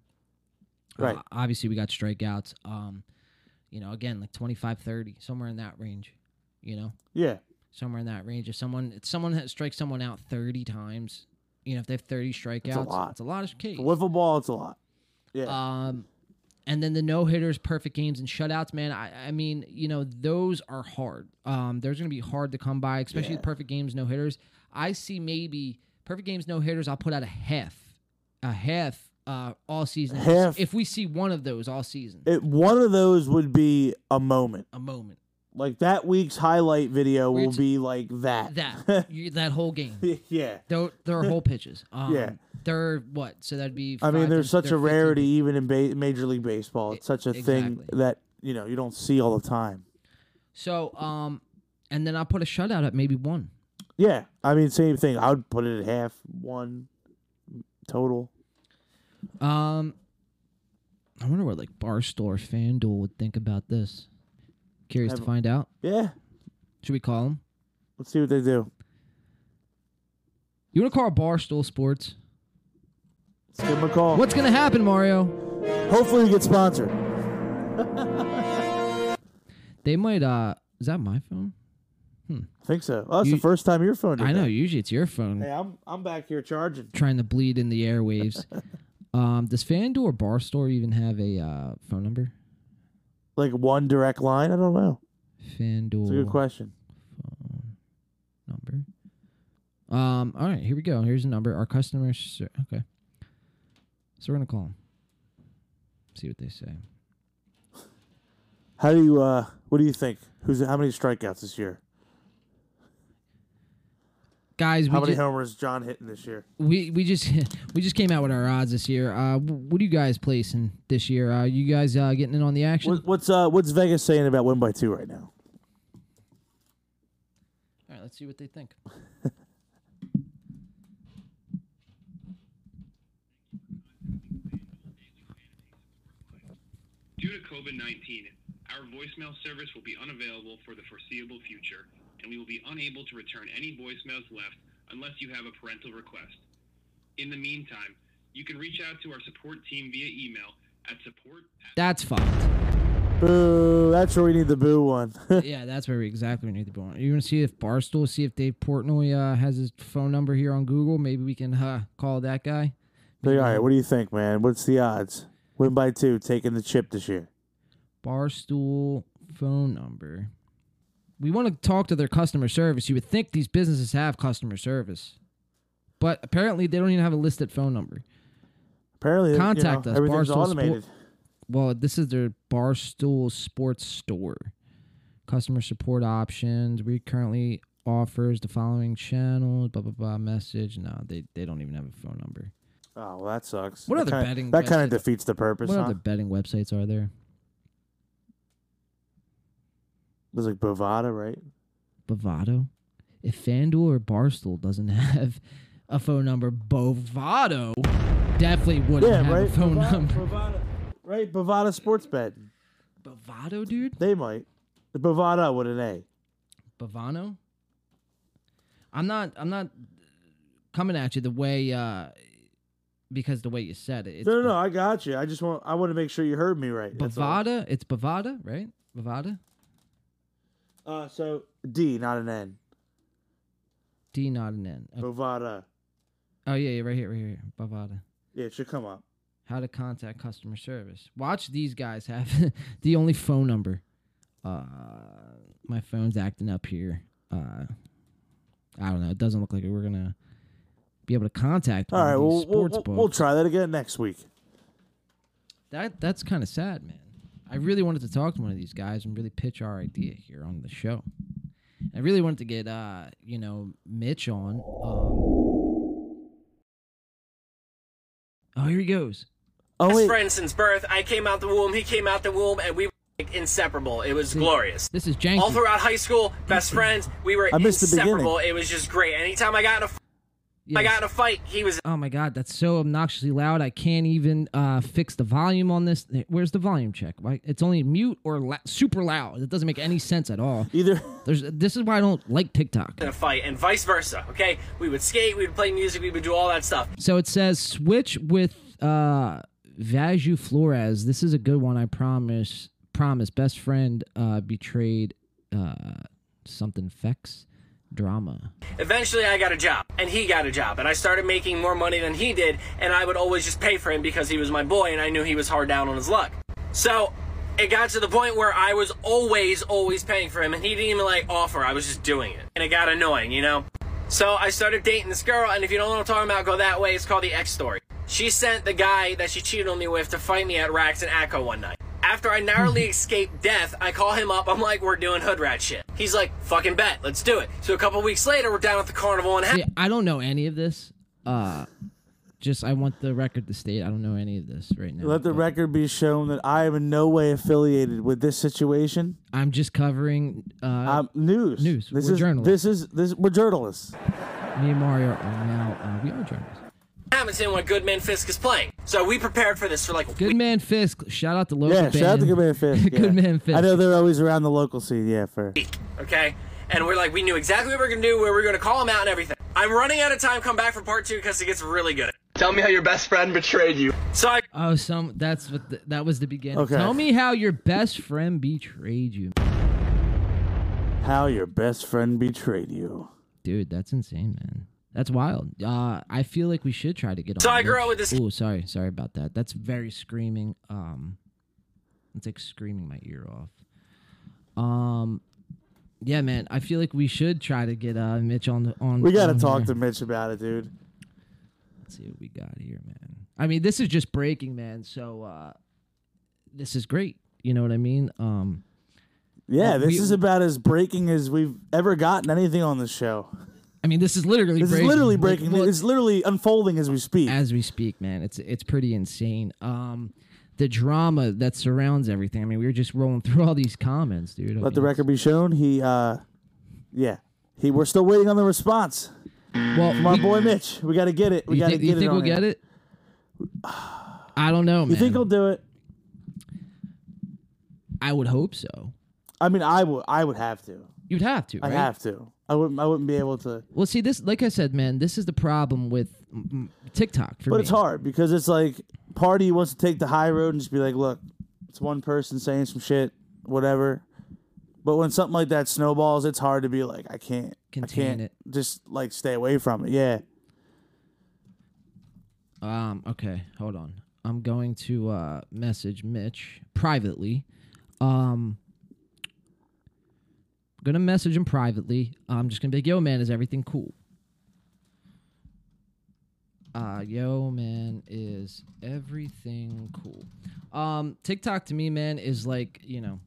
Right. Uh, obviously, we got strikeouts. Um, you know, again, like 25, 30, somewhere in that range. You know, Yeah. somewhere in that range. If someone if someone has, strikes someone out 30 times, you know, if they have 30 strikeouts, lot. It's a lot of Ks. The wiffle ball, it's a lot. Yeah. Um, and then the no hitters, perfect games, and shutouts, man. I, I mean, you know, those are hard. Um, there's going to be hard to come by, especially the Yeah. perfect games, no hitters. I see maybe perfect games, no hitters. I'll put out a half, a half uh, all season. If we- Half. If we see one of those all season, it, one of those would be a moment. a moment Like that week's highlight video We're will t- be like that. [laughs] that you, that whole game. yeah. There, there are whole pitches. Um, Yeah. They're what? So that'd be. I mean, five there's times- such they're a 15. rarity even in ba- Major League Baseball. It's such a thing exactly. that, you know, you don't see all the time. So, um, and then I'll put a shutout at maybe one. Yeah. I mean, same thing. I would put it at half, one total. Um, I wonder what like Barstool or FanDuel would think about this. Curious to Have- find out. Yeah. Should we call them? Let's see what they do. You want to call Barstool Sports? Let's give them a call. What's gonna happen, Mario? Hopefully, you get sponsored. They might. Uh, is that my phone? I think so. Oh, that's You- the first time your phone. Did I know. That. Usually it's your phone Hey, I'm I'm back here charging. trying to bleed in the [laughs] airwaves. um, does FanDuel or Barstool even have a uh, phone number? Like one direct line. I don't know. It's a good FanDuel question. number. Um. All right. Here we go. Here's a number. Our customer. ser- Okay. So we're gonna call them. See what they say. How do you? uh What do you think? Who's how many strikeouts this year? guys, How we many just, homers is John hitting this year? we, we just [laughs] we just came out with our odds this year. Uh, wh- what are you guys placing this year? Uh, you guys uh, getting in on the action? What, what's uh What's Vegas saying about win by two right now? All right, let's see what they think. Due to COVID 19, our voicemail service will be unavailable for the foreseeable future, and we will be unable to return any voicemails left unless you have a parental request. In the meantime, you can reach out to our support team via email at support at That's fucked. Boo! That's where we need the boo one. [laughs] yeah, that's where we exactly need to be. You want to see if Barstool, see if Dave Portnoy uh, has his phone number here on Google. Maybe we can uh, call that guy. All right, what do you think, man? What's the odds? Win by two, taking the chip this year. Barstool phone number. We want to talk to their customer service. You would think these businesses have customer service, but apparently they don't even have a listed phone number. Apparently, you know, Contact us, Everything's Barstool Sport- automated. well, this is their Barstool Sports Store. Customer support options. We currently offers the following channels. Blah blah blah. Message. No, they they don't even have a phone number. Oh, well, that sucks. What that other kinda, betting That kind websites- of defeats the purpose. what huh? other betting websites are there? There's like Bovada, right? Bovado. If FanDuel or Barstool doesn't [laughs] have a phone number, Bovado definitely wouldn't Yeah, have right. a phone Bovada, number. Bovada, right? Bovada Sports Bet. Bovado, dude. They might. Bovada with an A. Bovano. I'm not. I'm not coming at you the way uh because the way you said it. It's No, no, no. I got you. I just want. I want to make sure you heard me right. That's all. Bovada. It's Bovada, right? Bovada. Uh, so D, not an N. D not an N. Oh, Bovada. oh yeah, yeah, right here, right here. Bovada. Yeah, it should come up. How to contact customer service. Watch these guys have [laughs] the only phone number. Uh, my phone's acting up here. Uh, I don't know. It doesn't look like we're gonna be able to contact All one right, of these we'll, we'll, sports we'll, books. we'll try that again next week. that that's kind of sad, man. I really wanted to talk to one of these guys and really pitch our idea here on the show. I really wanted to get uh, you know, Mitch on. Um, oh, here he goes. Oh best wait, friend since birth. I came out the womb, he came out the womb, and we were like, inseparable. It was See, glorious. This is Janky. All throughout high school, best friends, we were I missed the beginning. inseparable. It was just great. Anytime I got in a, f- Yes. I got in a fight, he was Oh my god, that's so obnoxiously loud. I can't even uh, fix the volume on this. Where's the volume check? Why it's only mute or la- super loud. It doesn't make any sense at all. either [laughs] There's this is why I don't like TikTok. in a fight, and vice versa. Okay, we would skate, we would play music, we would do all that stuff. So it says switch with uh Vaju Flores. This is a good one, I promise. Promise. Best friend uh betrayed uh something fex drama. Eventually, I got a job, and he got a job, and I started making more money than he did, and I would always just pay for him because he was my boy, and I knew he was hard down on his luck. So it got to the point where I was always, always paying for him, and he didn't even like offer. I was just doing it, and it got annoying, you know. So I started dating this girl, and if you don't know what I'm talking about, go that way. It's called the X story. She sent the guy that she cheated on me with to fight me at Rax and Akko one night. After I narrowly escaped death, I call him up. I'm like, we're doing hood rat shit. He's like, fucking bet, let's do it. So a couple weeks later, we're down at the carnival in Yeah, I don't know any of this. Uh just I want the record to state I don't know any of this right now. let the but record be shown that I am in no way affiliated with this situation. I'm just covering uh Um, news. News. This We're is journalists. this is this. We're journalists. me and Mario are now uh, we are journalists. Hamilton when Goodman Fisk is playing. So we prepared for this for like a Good man Fisk. Shout out to local Yeah, shout out to band. Good Man Fisk. [laughs] yeah. Good man Fisk. I know they're always around the local scene. Yeah, for week, okay? And we're like, we knew exactly what we were gonna do, where we were gonna call him out and everything. I'm running out of time. Come back for part two because it gets really good. Tell me how your best friend betrayed you. So I Oh, some that's what the, that was the beginning. Okay. Tell me how your best friend betrayed you, how your best friend betrayed you. dude. That's insane, man. That's wild. Uh, I feel like we should try to get on. So I this. grew up with this- Oh, sorry, sorry about that. That's very screaming. Um, it's like screaming my ear off. Um, yeah, man. I feel like we should try to get uh Mitch on the on. We gotta on talk here. to Mitch about it, dude. Let's see what we got here, man. I mean, this is just breaking, man. So uh, this is great. You know what I mean? Um. Yeah, Well, this Uh, we- is about as breaking as we've ever gotten anything on this show. I mean, this is literally This breaking. is literally Like, breaking. well, it's literally unfolding as we speak. as we speak, man. It's it's pretty insane. Um, the drama that surrounds everything. I mean, we were just rolling [laughs] through all these comments, dude. I Let the mean, record be shown. He, uh, yeah, he. We're still waiting on the response. Well, My we- [laughs] boy Mitch, we gotta get it. We you gotta think, get you it. think on we'll here. get it? I don't know, man. You think he'll do it? I would hope so. I mean, I would. I would have to. You'd have to. I right? have to. I wouldn't. I wouldn't be able to. Well, see, this, like I said, man, this is the problem with mm, mm, TikTok for But me. it's hard because it's like party wants to take the high road and just be like, look, it's one person saying some shit, whatever. But when something like that snowballs, it's hard to be like, I can't Contain I can't it. Just like stay away from it. Yeah. Um. Okay. Hold on. I'm going to uh, message Mitch privately. Um. Gonna message him privately. I'm just gonna be like, "Yo, man, is everything cool?" Uh, yo, man, is everything cool? Um, TikTok to me, man, is like you know,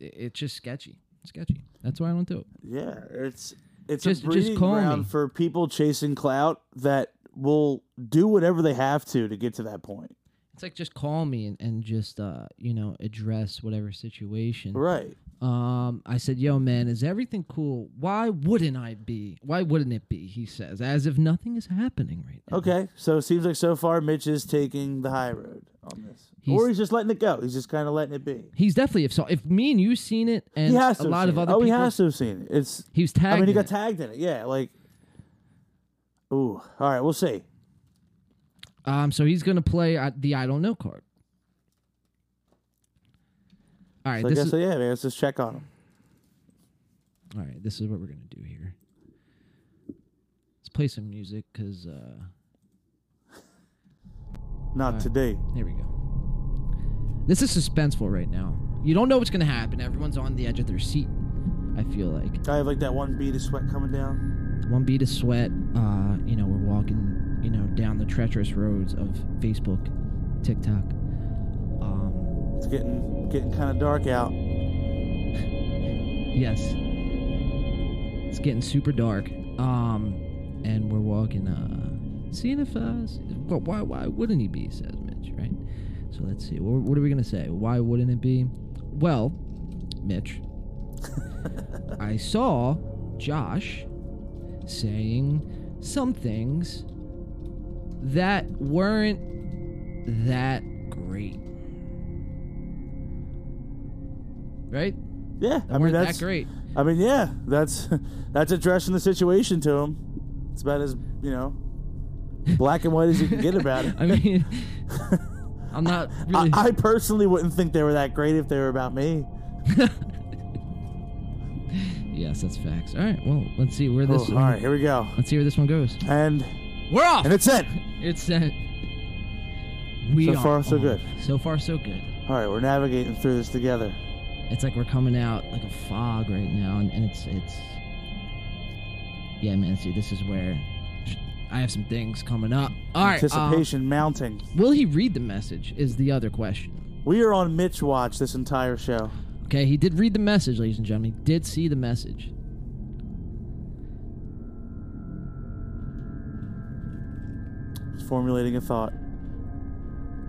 i it's just sketchy, sketchy. That's why I don't do it. Yeah. It's it's Just- a just breeding call ground me. for people chasing clout that will do whatever they have to to get to that point. It's like just call me and, and just uh, you know, address whatever situation. Right. Um, I said, "Yo, man, is everything cool? Why wouldn't I be? Why wouldn't it be?" He says, as if nothing is happening right now. Okay. So it seems like so far Mitch is taking the high road on this. He's- or he's just letting it go. He's just kind of letting it be. He's definitely if so. If me and you seen it, and he has to a have lot seen of it. other oh, people, he has to have seen it. It's he was tagged. I mean, he in got it. tagged in it. Yeah, like. Ooh, all right. We'll see. Um, so he's gonna play uh, the I don't know card. All right, So I this guess is so, yeah, man. Let's just check on him. all right. This is what we're gonna do here. Let's play some music because uh, Not today. There we go. This is suspenseful right now. You don't know what's gonna happen. Everyone's on the edge of their seat. I feel like I have like that one bead of sweat coming down. one bead of sweat. Uh, you know, we're walking, you know, down the treacherous roads of Facebook, TikTok. Um, It's getting getting kind of dark out. yes, it's getting super dark. Um, and we're walking, uh, seeing if, uh, s- wh- why, why wouldn't he be? Says Mitch, right? So let's see. What, what are we gonna say? Why wouldn't it be? Well, [laughs] Mitch, I saw Josh saying some things that weren't that great. Right? Yeah, I mean weren't that's that great. I mean, yeah, that's [laughs] that's addressing the situation to him. It's about as you know, black and white as you can get about it. [laughs] I mean, I'm not [laughs] I, really. I personally wouldn't think they were that great if they were about me. yes, that's facts. All right, well, let's see where Oh, this. all one- right, here we go, Let's see where this one goes. and We're off. and it's it. It's uh, we So are far, so on. good. So far, so good. All right, we're navigating through this together. It's like we're coming out like a fog right now, and, and it's it's. Yeah, man. See, this is where I have some things coming up. All right. Um, Anticipation mounting. will he read the message? Is the other question. We are on Mitch watch this entire show. Okay, he did read the message, ladies and gentlemen. He did see the message. He's formulating a thought.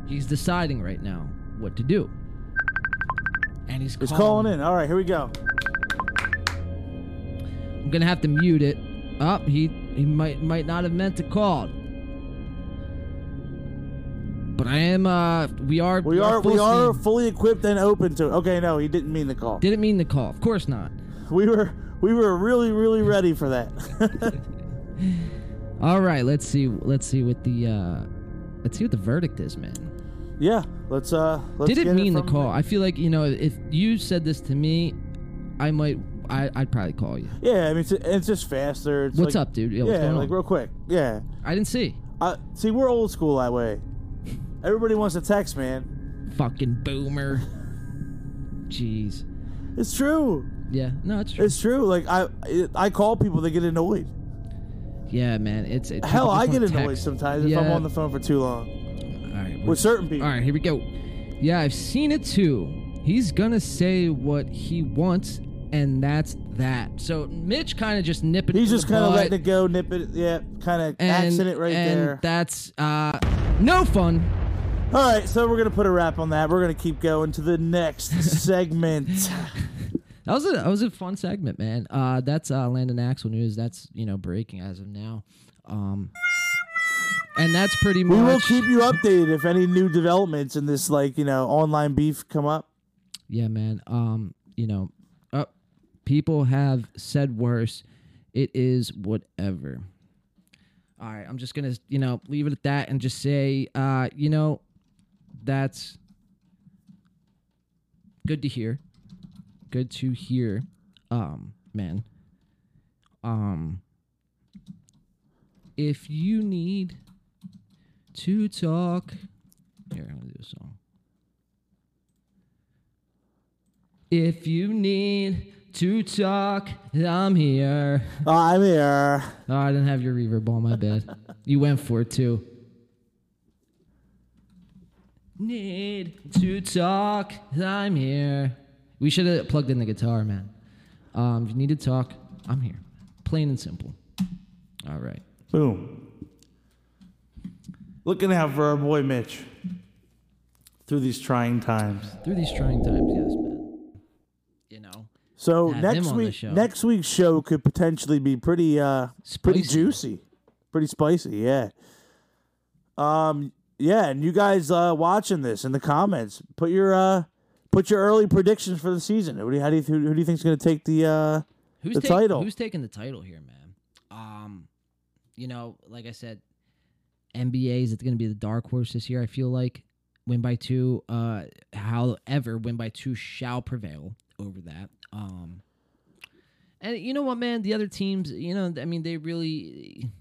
He's deciding right now what to do. And he's He's calling. calling in. All right, here we go. I'm gonna have to mute it. Up, he he might might not have meant to call. But I am. Uh, we are. We are full we are steam. fully equipped and open to. Okay, no, he didn't mean the call. Didn't mean to call. Of course not. We were we were [laughs] really really ready for that. [laughs] All right. Let's see. Let's see what the. Uh, let's see what the verdict is, man. yeah, let's uh. Let's Didn't get it mean to from- call. I feel like you know if you said this to me, I might. I, I'd probably call you. Yeah, I mean it's, it's just faster. It's What's like- up, dude? Yeah, Yeah, what's going like on? real quick. Yeah, I didn't see. I see we're old school that way. Everybody wants to text, man. Fucking boomer. Jeez. It's true. Yeah. No, it's true. It's true. Like I it, I call people, they get annoyed. yeah, man. It's it, Hell, people I just get wanna annoyed text. sometimes if Yeah. I'm on the phone for too long All right. we're- with certain people. All right, here we go. Yeah, I've seen it too. He's gonna say what he wants, and that's that. So Mitch kind of just nipping. He's in just the kind of bud, letting it go, nip it. Yeah, kind of and, accident right and there. That's uh, no fun. All right, so we're gonna put a wrap on that. We're gonna keep going to the next [laughs] segment. That was a that was a fun segment, man. Uh, that's uh, Landon Axel news. That's you know breaking as of now, um, and that's pretty much. We will keep you updated if any new developments in this, like you know, online beef come up. Yeah, man. Um, you know, uh, people have said worse. It is whatever. All right, I'm just gonna you know leave it at that and just say, uh, you know, that's good to hear. Good to hear, um, man. Um, if you need to talk, here I'm gonna do a song. If you need to talk, I'm here. Uh, I'm here. Oh, I didn't have your reverb on my bed. You went for it too. Need to talk, I'm here. We should have plugged in the guitar, man. Um, if you need to talk, I'm here. Plain and simple. All right. Boom. Looking out for our boy Mitch through these trying times. Through these trying times, yes, man. You know, So Have him next on the week, show. next week's show could potentially be pretty, uh, pretty Spicy. juicy, pretty spicy. Yeah. Um. Yeah, and you guys uh, watching this in the comments, put your uh, put your early predictions for the season. Who do you, how do you, who, who do you think's going to take the uh, who's the taking, title? Who's taking the title here, man? Um, you know, like I said, NBA is going to be the dark horse this year. I feel like win by two. Uh, however, win by two shall prevail over that. Um, and you know what, man? The other teams, you know, I mean, they really,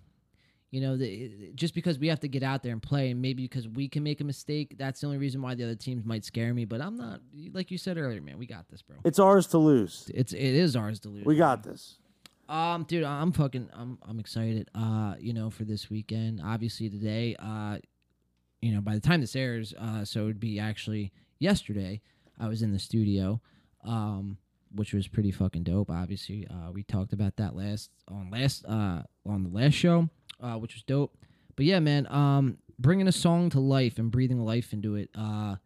you know, they, just because we have to get out there and play, and maybe because we can make a mistake, that's the only reason why the other teams might scare me. But I'm not, like you said earlier, man. We got this, bro. It's ours to lose. It's it is ours to lose. We got this. Um, dude, I'm fucking, I'm, I'm excited. Uh, you know, for this weekend, obviously today. Uh, you know, by the time this airs, uh, so it'd be actually yesterday. I was in the studio, um, which was pretty fucking dope. Obviously, uh, we talked about that last on last uh on the last show, uh, which was dope. But yeah, man, um, bringing a song to life and breathing life into it, uh,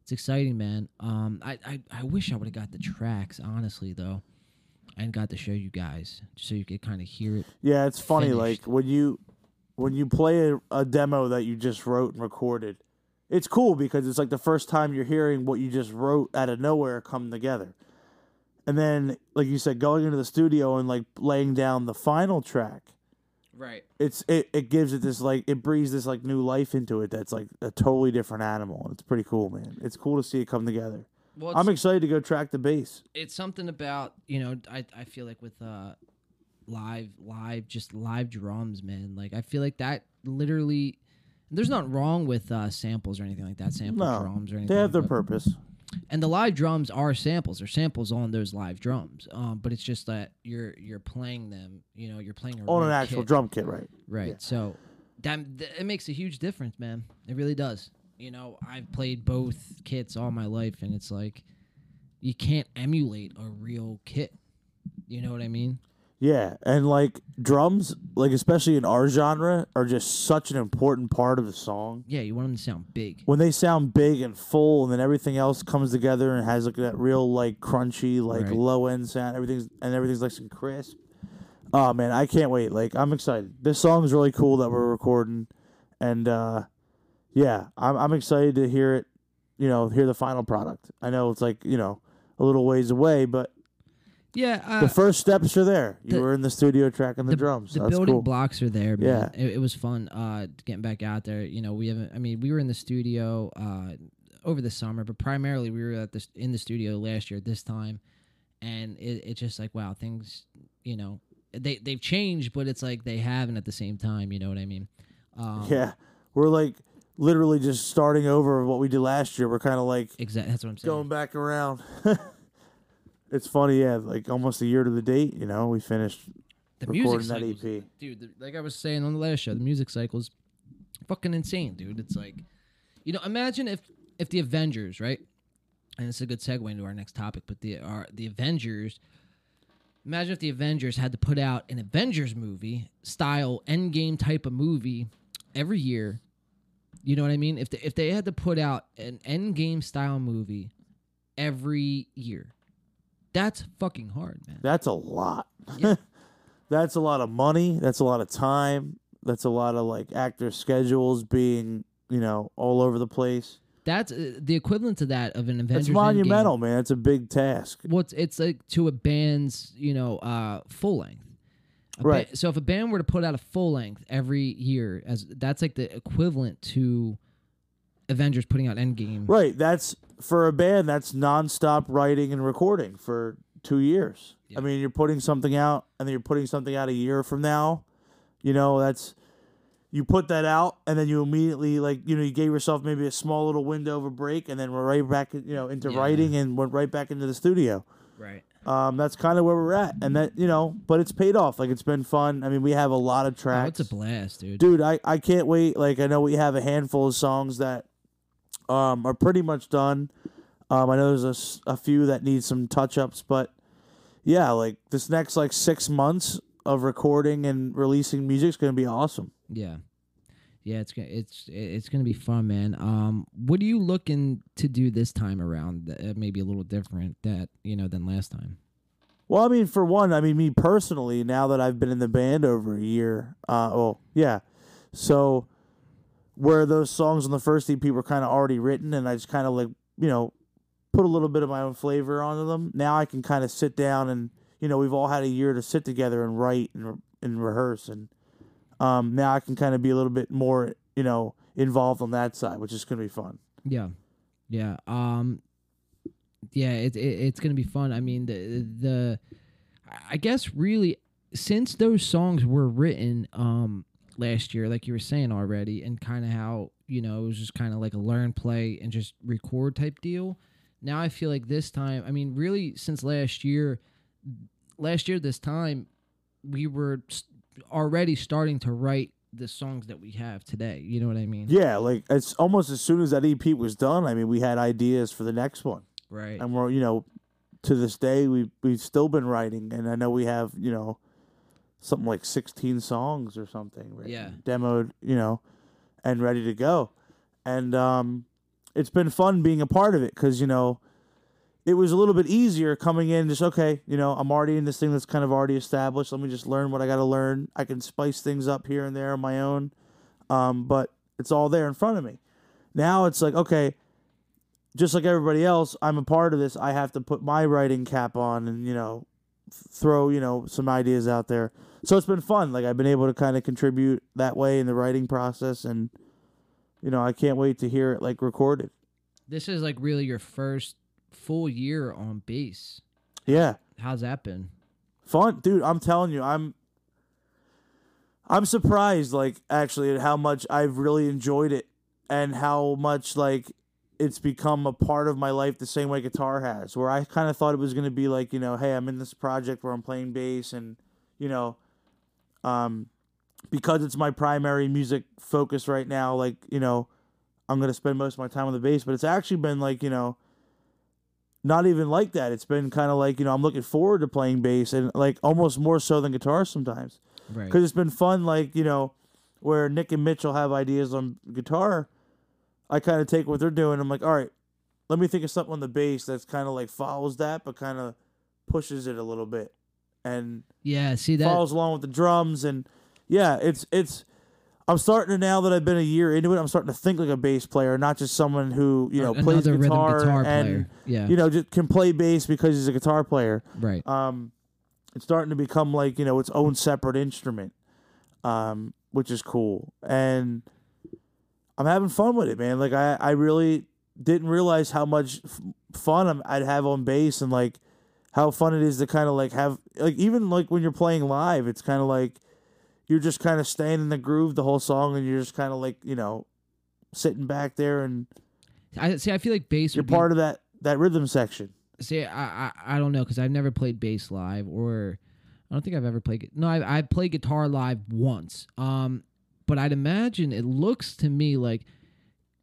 it's exciting, man. Um, I, I, I wish I would have got the tracks, honestly, though, and got to show you guys so you could kind of hear it. Yeah, it's funny. Finished. Like when you when you play a, a demo that you just wrote and recorded, it's cool because it's like the first time you're hearing what you just wrote out of nowhere come together. And then, like you said, going into the studio and like laying down the final track, Right. it's it, it gives it this like it breathes this like new life into it. That's like a totally different animal. It's pretty cool, man. It's cool to see it come together. Well, it's, I'm excited to go track the bass. it's something about you know I I feel like with uh live live just live drums, man. Like I feel like that literally. There's not wrong with uh, samples or anything like that. Sample No, drums or anything. they have their but- purpose. and the live drums are samples they're samples on those live drums um, but it's just that you're you're playing them you know you're playing a On real an actual kit. drum kit, right? right so that th- it makes a huge difference man it really does you know i've played both kits all my life and it's like you can't emulate a real kit you know what i mean Yeah, and like drums, like especially in our genre, are just such an important part of the song. yeah you want them to sound big When they sound big and full, and then everything else comes together and has like that real like crunchy, like Right. low end sound, everything's and everything's nice and crisp. Oh man, I can't wait! Like I'm excited. This song is really cool that we're recording, and uh, yeah, I'm I'm excited to hear it. You know, hear the final product. I know it's like you know a little ways away, but yeah uh, the first steps are there. You the- were in the studio tracking the, the, drums. the That's building cool. blocks are there, man. Yeah. It, it was fun uh, getting back out there. You know, we haven't. I mean, we were in the studio uh, over the summer, but primarily we were at this in the studio last year at this time, and it, it's just like wow, things. You know, they they've changed, but it's like they haven't at the same time. You know what I mean? Um, Yeah, we're like literally just starting over what we did last year. We're kind of like Exactly. That's what I'm saying. going back around. [laughs] it's funny, yeah. Like almost a year to the date. You know, we finished. the music recording that E cycles, EP. dude. The, like I was saying on the last show, the music cycles, fucking insane, dude. It's like, you know, imagine if if the Avengers, right? And it's a good segue into our next topic, but the our, the Avengers. Imagine if the Avengers had to put out an Avengers movie style Endgame type of movie every year. You know what I mean? If they, if they had to put out an Endgame style movie every year, that's fucking hard, man. That's a lot. Yeah. [laughs] That's a lot of money. That's a lot of time. That's a lot of like actor schedules being you know all over the place. That's uh, the equivalent to that of an Avengers. It's Endgame. monumental, man. It's a big task. What's it's like to a band's you know uh, full length. A ba- Right. so if a band were to put out a full length every year, as that's like the equivalent to Avengers putting out Endgame. Right. That's for a band that's nonstop writing and recording for two years. I mean, you're putting something out and then you're putting something out a year from now. You know, that's you put that out and then you immediately like, you know, you gave yourself maybe a small little window of a break and then we're right back, you know, into Yeah. writing and went right back into the studio. Right. Um, that's kind of where we're at. And that, you know, but it's paid off. Like it's been fun. I mean, we have a lot of Oh, tracks it's a blast, dude. dude I, I can't wait like i know we have a handful of songs that um, are pretty much done um, i know there's a s- a, few that need some touch-ups but yeah like this next like six months of recording and releasing music is going to be awesome Yeah. Yeah, it's gonna it's it's gonna be fun, man. Um, what are you looking to do this time around? That uh, maybe a little different that you know than last time. well i mean for one i mean me personally now that i've been in the band over a year uh, well yeah so where those songs on the first ep were kind of already written and i just kind of like you know put a little bit of my own flavor onto them. Now I can kind of sit down and you know we've all had a year to sit together and write and re- and rehearse and um, now I can kind of be a little bit more you know involved on that side, which is going to be fun. Yeah, yeah, um, yeah. It, it it's gonna be fun. I mean, the the I guess really since those songs were written um last year, like you were saying already, and kind of how you know it was just kind of like a learn, play, and just record type deal. Now I feel like this time, I mean, really since last year, last year this time, we were s- already starting to write the songs that we have today. You know what I mean? Yeah, like it's almost as soon as that EP was done. I mean, we had ideas for the next one, Right. and we're you know, to this day we we've still been writing, and I know we have you know, something like sixteen songs or something. written, Yeah. demoed, you know, and ready to go, and um, it's been fun being a part of it because you know, it was a little bit easier coming in. Just okay, you know, I'm already in this thing that's kind of already established. Let me just learn what I got to learn. I can spice things up here and there on my own um, but it's all there in front of me. Now it's like, okay, just like everybody else, I'm a part of this. I have to put my writing cap on and, you know, th- throw, you know, some ideas out there. So it's been fun. Like I've been able to kind of contribute that way in the writing process and, you know, I can't wait to hear it like recorded. This is like really your first full year on bass. Yeah. How's that been? fun dude i'm telling you i'm i'm surprised like actually at how much i've really enjoyed it and how much like it's become a part of my life the same way guitar has where i kind of thought it was going to be like you know hey i'm in this project where i'm playing bass and you know um because it's my primary music focus right now like you know i'm going to spend most of my time on the bass but it's actually been like you know not even like that. It's been kind of like you know I'm looking forward to playing bass and like almost more so than guitar sometimes Right. because it's been fun. Like you know where Nick and Mitchell have ideas on guitar, I kind of take what they're doing. I'm like, all right, let me think of something on the bass that's kind of like follows that but kind of pushes it a little bit and Yeah. See that. follows along with the drums and yeah, it's it's. I'm starting to now that I've been a year into it. I'm starting to think like a bass player, not just someone who you know plays another rhythm guitar, guitar and player. Yeah. you know just can play bass because he's a guitar player. right. Um, it's starting to become like you know its own separate instrument, um, which is cool, and I'm having fun with it, man. Like I, I really didn't realize how much f- fun I'm, I'd have on bass and like how fun it is to kind of like have like even like when you're playing live, it's kind of like you're just kind of staying in the groove the whole song, and you're just kind of like you know sitting back there and I see. I feel like bass. you're would be- part of that that rhythm section. See, I I, I don't know because I've never played bass live, or I don't think I've ever played. gu- No, I I played guitar live once. Um, but I'd imagine it looks to me like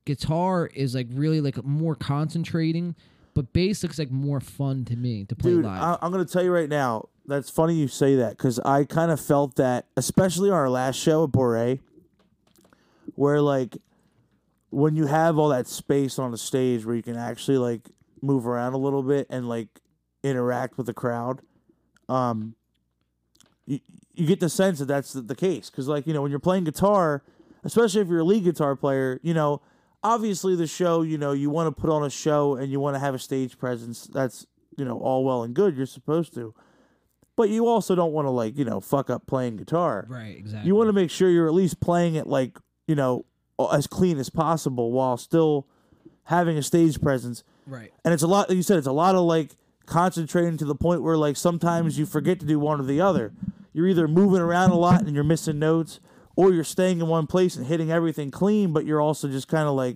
guitar is like really like more concentrating, but bass looks like more fun to me to play Dude, uh, live. I, I'm going to tell you right now. That's funny you say that because I kind of felt that, especially on our last show at Boré, where like when you have all that space on the stage where you can actually like move around a little bit and like interact with the crowd, um, you you get the sense that that's the, the case because like you know when you're playing guitar, especially if you're a lead guitar player, you know. Obviously, the show, you know, you want to put on a show and you want to have a stage presence. That's you know, all well and good. You're supposed to. But you also don't want to, like, you know, fuck up playing guitar. right. Exactly. You want to make sure you're at least playing it, like, you know, as clean as possible while still having a stage presence. right. And it's a lot, like you said, it's a lot of, like, concentrating to the point where, like, sometimes you forget to do one or the other. You're either moving around a lot and you're missing notes, or you're staying in one place and hitting everything clean, but you're also just kind of, like,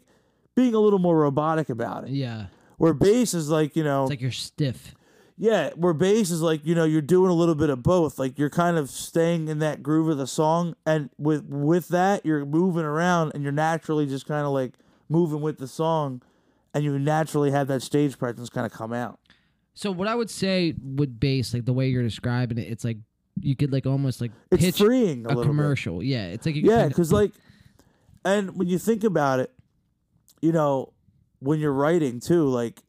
being a little more robotic about it. Yeah. Where bass is like, you know, It's like you're stiff. yeah, where bass is like, you know, you're doing a little bit of both. Like you're kind of staying in that groove of the song and with with that you're moving around and you're naturally just kind of like moving with the song and you naturally have that stage presence kind of come out. So what I would say with bass, like the way you're describing it, it's like you could like almost like It's pitch freeing a, a little bit. commercial. Yeah. It's like you could Yeah, kinda- because like, and when you think about it, you know, when you're writing too, like,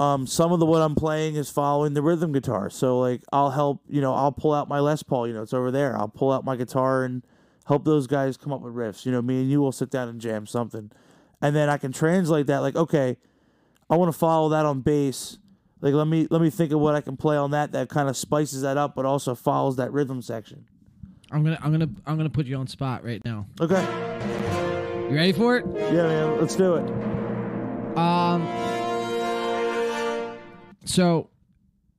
um, some of the what I'm playing is following the rhythm guitar. So like, I'll help, you know, I'll pull out my Les Paul, you know, it's over there. I'll pull out my guitar and help those guys come up with riffs. You know, me and you will sit down and jam something, and then I can translate that. Like, okay, I want to follow that on bass. Like, let me let me think of what I can play on that that kind of spices that up, but also follows that rhythm section. I'm gonna I'm gonna I'm gonna put you on spot right now. Okay, You ready for it? yeah, man, let's do it. Um. So,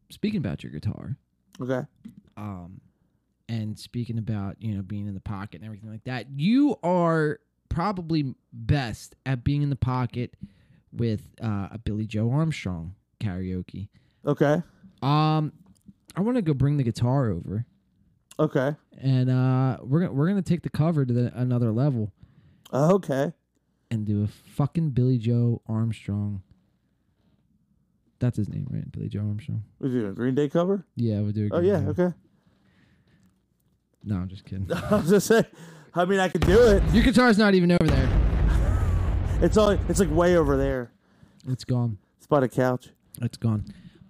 speaking about your guitar, Okay. um, and speaking about you know being in the pocket and everything like that, you are probably best at being in the pocket with uh, a Billy Joe Armstrong karaoke. Okay. Um, I want to go bring the guitar over, Okay. and uh, we're gonna we're gonna take the cover to the, another level Uh, Okay. and do a fucking Billy Joe Armstrong. That's his name, right? Billy Joe Armstrong. We doing a Green Day cover? Yeah, we'll do it. Oh yeah. Okay. [laughs] No, I'm just kidding. I was just saying. I mean, I could do it. Your guitar's not even over there. It's all. It's like way over there. It's gone. It's by the couch. It's gone.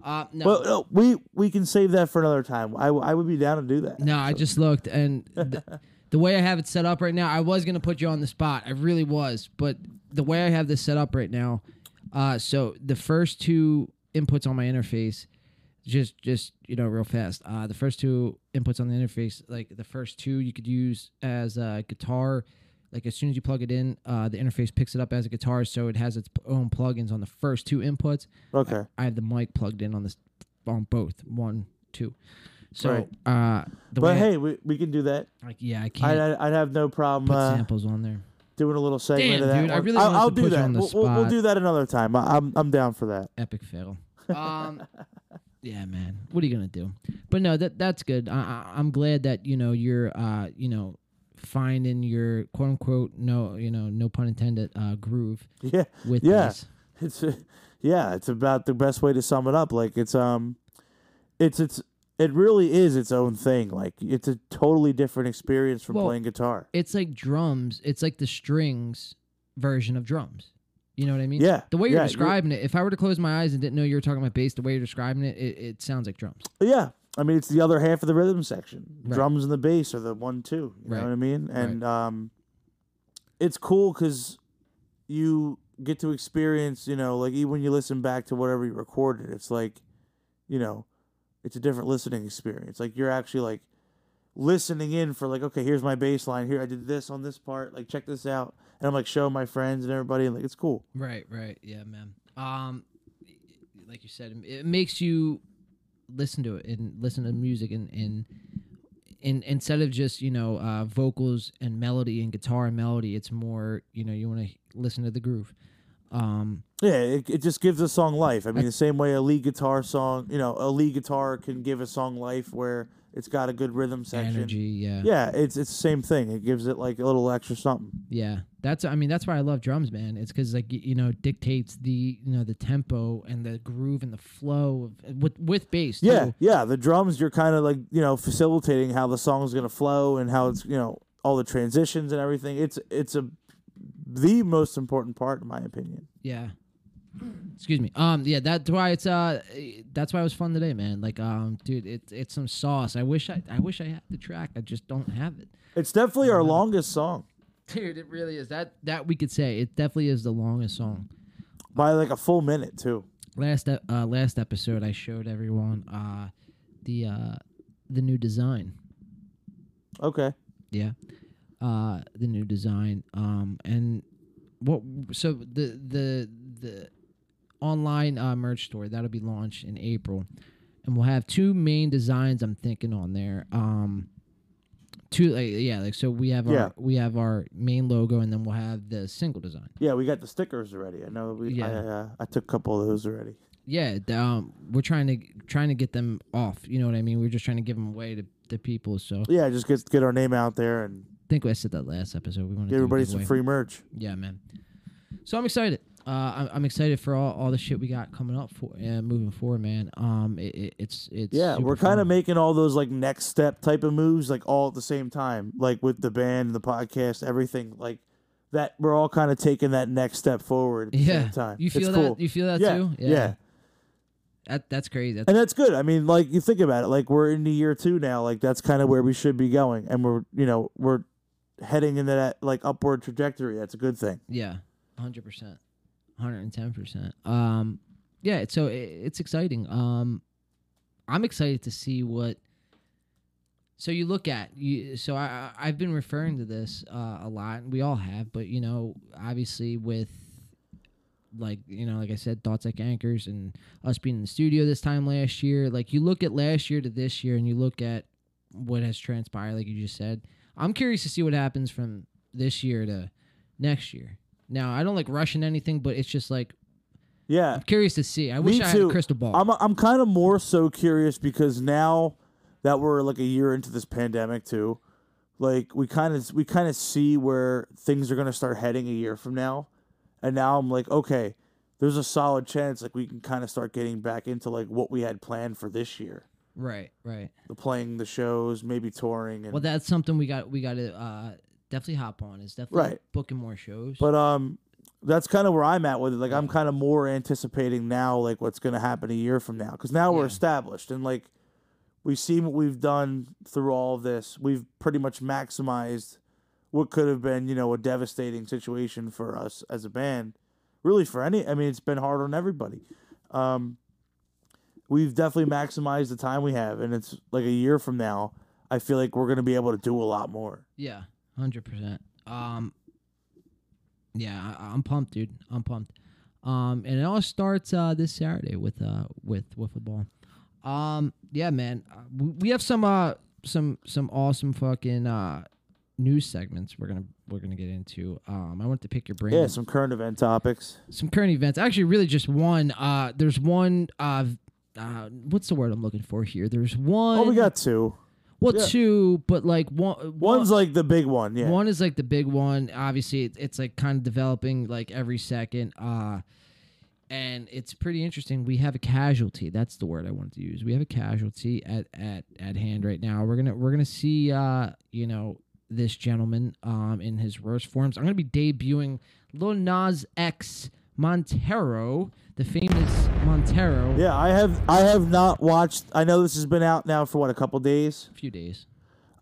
Uh, no, Well, no, we we can save that for another time. I, I would be down to do that. no, I just looked, and th- the way I have it set up right now, I was gonna put you on the spot. I really was, but the way I have this set up right now, uh, so the first two inputs on my interface, just just you know, real fast. Uh, the first two inputs on the interface, like the first two, you could use as a guitar. Like as soon as you plug it in, uh, the interface picks it up as a guitar, so it has its p- own plugins on the first two inputs. Okay. I had the mic plugged in on this on both one two. So Right. uh, the But way hey, we, we can do that. like, yeah, I I, can't I, I'd have no problem put uh, samples on there. doing a little Damn, segment of that. dude, I one. really I'll, wanted I'll to do put you that. on the we'll, we'll, we'll spot. do that another time. I, I'm I'm down for that. [laughs] Epic fail. Um, yeah, man, what are you gonna do? But no, that that's good. I, I, I'm glad that you know you're uh, you know finding your quote unquote no you know no pun intended uh, groove Yeah. with yeah. these. It's yeah. It's about the best way to sum it up. Like it's um, it's it's it really is its own thing. Like it's a totally different experience from Well, playing guitar. It's like drums. It's like the strings version of drums. You know what I mean? Yeah, The way you're yeah, you're- describing it, if I were to close my eyes and didn't know you were talking about bass, the way you're describing it, it, it sounds like drums. But yeah. I mean, it's the other half of the rhythm section. Right. Drums and the bass are the one two. You know Right. what I mean? And um, it's cool because you get to experience. You know, like even when you listen back to whatever you recorded, it's like, you know, it's a different listening experience. Like you're actually like listening in for like, okay, here's my bass line. Here I did this on this part. Like check this out. And I'm like showing my friends and everybody. And like it's cool. Right, right. Yeah, man. Um like you said, it- it makes you listen to it and listen to music and and, and instead of just, you know, uh vocals and melody and guitar and melody, it's more, you know, you want to listen to the groove. Um Yeah, it, it just gives a song life. I mean, the same way a lead guitar song, you know, a lead guitar can give a song life where it's got a good rhythm section. energy, yeah. Yeah, it's it's the same thing. It gives it like a little extra something. Yeah, that's. I mean, that's why I love drums, man. It's because like y- you know dictates the you know the tempo and the groove and the flow of, with with bass. Yeah, too. yeah. The drums, you're kind of like you know facilitating how the song's gonna flow and how it's you know all the transitions and everything. It's it's a the most important part in my opinion. yeah. Excuse me. Um, yeah, that's why it's uh, that's why it was fun today, man. Like, um, dude, it's it's some sauce. I wish I I wish I had the track. I just don't have it, It's definitely our longest song [laughs] dude. It really is that that we could say it definitely is the longest song. by like a full minute too. Last ep- uh, last episode, I showed everyone uh, the uh, the new design. Okay. yeah uh the new design um and what so the the the online uh, merch store that'll be launched in april and we'll have two main designs i'm thinking on there um two like, yeah like so we have Yeah. our we have our main logo and then we'll have the single design Yeah, we got the stickers already. I know we. Yeah. I, uh, I took a couple of those already. yeah the, um we're trying to trying to get them off you know what i mean we're just trying to give them away to the people so i Yeah, just get get our name out there and think i said that last episode we want to give everybody some free merch. Yeah, man. So I'm excited. Uh, I'm, I'm excited for all, all the shit we got coming up for uh, moving forward, man. Um, it, it, it's it's Yeah, super we're kind of fun. making all those like next step type of moves like all at the same time, like with the band, the podcast, everything like that. We're all kind of taking that next step forward at the yeah. same time. You It's feel cool. that? You feel that yeah, too? Yeah. That that's crazy. That's, and that's good. I mean, like you think about it, like we're in the year two now. Like that's kind of where we should be going, and we're you know we're heading into that like upward trajectory. That's a good thing. yeah, hundred percent, hundred and ten percent. Um, yeah. it's- So it, it's exciting. Um, I'm excited to see what. So you look at you. So I I- I've been referring to this uh, a lot. and We all have, but you know, obviously with like you know, like I said, thoughts like anchors and us being in the studio this time last year. Like you look at last year to this year, and you look at what has transpired. Like you just said, I'm curious to see what happens from this year to next year. Now I don't like rushing anything, but it's just like Yeah. Curious to see. I wish I had a crystal ball. I'm I'm kind of more so curious because now that we're like a year into this pandemic too, like we kind of we kind of see where things are going to start heading a year from now. And now I'm like, okay, there's a solid chance like we can kind of start getting back into like what we had planned for this year. right, right. The playing the shows, maybe touring and Well, that's something we got. We got to uh, definitely hop on. Is definitely Right. booking more shows. But um, that's kind of where I'm at with it. Like I'm kind of more anticipating now, like what's going to happen a year from now, because now we're established and like we've seen what we've done through all of this. We've pretty much maximized what could have been, you know, a devastating situation for us as a band. Really, for any, I mean, it's been hard on everybody. Um, we've definitely maximized the time we have, and it's like a year from now. I feel like we're going to be able to do a lot more. yeah, hundred percent. Um, yeah, I, I'm pumped, dude. I'm pumped. Um, and it all starts uh, this Saturday with uh with wiffle ball. Um, yeah, man. Uh, we, we have some uh some some awesome fucking uh news segments we're gonna we're gonna get into. Um, I want to pick your brain. Yeah, some current event topics. some current events. Actually, really just one. Uh, there's one. Uh, uh, what's the word I'm looking for here? There's one. Oh, we got two. well yeah. two, but like one. One's one, like the big one, yeah. one is like the big one. Obviously, it, it's like kind of developing like every second. Uh, and it's pretty interesting. We have a casualty. That's the word I wanted to use. We have a casualty at at at hand right now. We're gonna we're gonna see. Uh, you know this gentleman um in his worst forms. I'm gonna be debuting Lil Nas X Montero, the famous Montero. Yeah, I have I have not watched. I know this has been out now for what a couple days. A few days.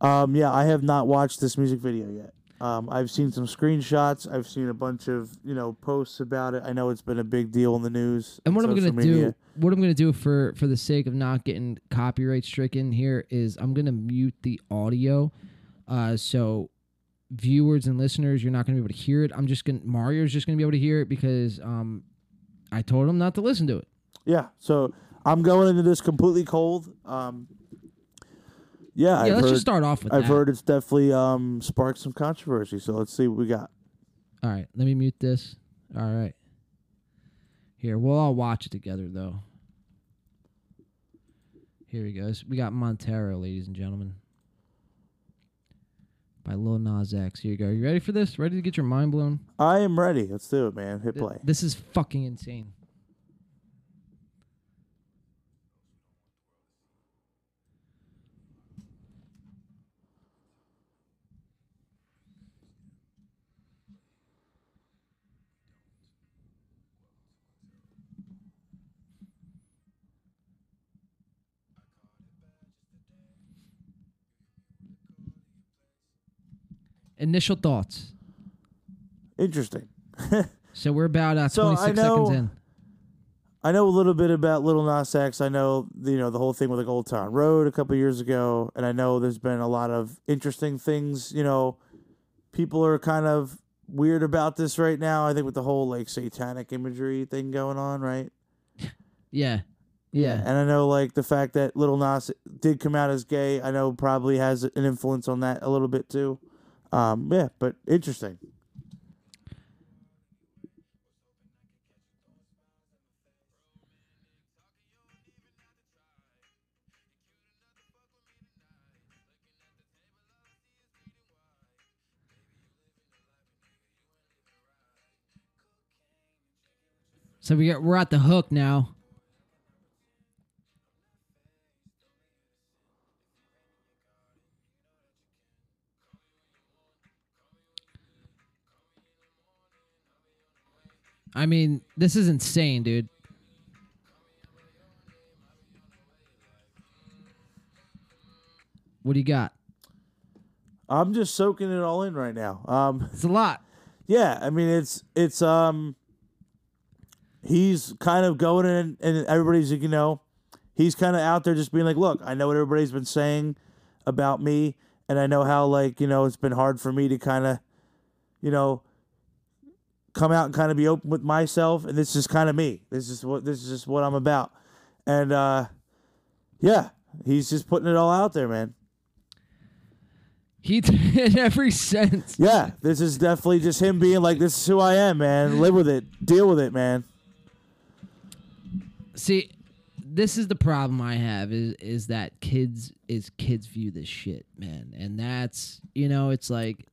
Um, yeah, I have not watched this music video yet. Um, I've seen some screenshots. I've seen a bunch of you know posts about it. I know it's been a big deal in the news. And what on I'm gonna social media. do, what I'm gonna do for for the sake of not getting copyright stricken here, is I'm gonna mute the audio, uh, so viewers and listeners, you're not gonna be able to hear it. I'm just gonna Mario's just gonna be able to hear it because um, I told him not to listen to it. Yeah, so I'm going into this completely cold. Um, yeah, yeah, I've let's heard, just start off with I've that. heard it's definitely um, sparked some controversy. So let's see what we got. All right, let me mute this. All right, here we'll all watch it together though. Here he goes. We got Montero, ladies and gentlemen, by Lil Nas X. Here you go. You ready for this? Ready to get your mind blown? I am ready. Let's do it, man. Hit Th- play. This is fucking insane. Initial thoughts. Interesting. So we're about uh, So I 26 know- seconds in. I know a little bit about Little Nas X. I know you know the whole thing with like Old Town Road a couple years ago, and I know there's been a lot of interesting things. You know, people are kind of weird about this right now. I think with the whole like satanic imagery thing going on, right? Yeah. Yeah. And I know like the fact that Little Nas did come out as gay. I know probably has an influence on that a little bit too. Um, yeah, but interesting. So we got, we're at the hook now. I mean, this is insane, dude. What do you got? I'm just soaking it all in right now. Um, It's a lot. Yeah, I mean it's it's um he's kind of going in and everybody's you know, he's kind of out there just being like, "Look, I know what everybody's been saying about me and I know how like, you know, it's been hard for me to kind of you know come out and kind of be open with myself and this is kind of me. This is what this is just what I'm about." And uh yeah, he's just putting it all out there, man. He [laughs] did in every sense. Yeah, this is definitely just him being like, "This is who I am, man. Live with it. Deal with it, man." See, this is the problem I have is is that kids is kids view this shit, man, and that's you know it's like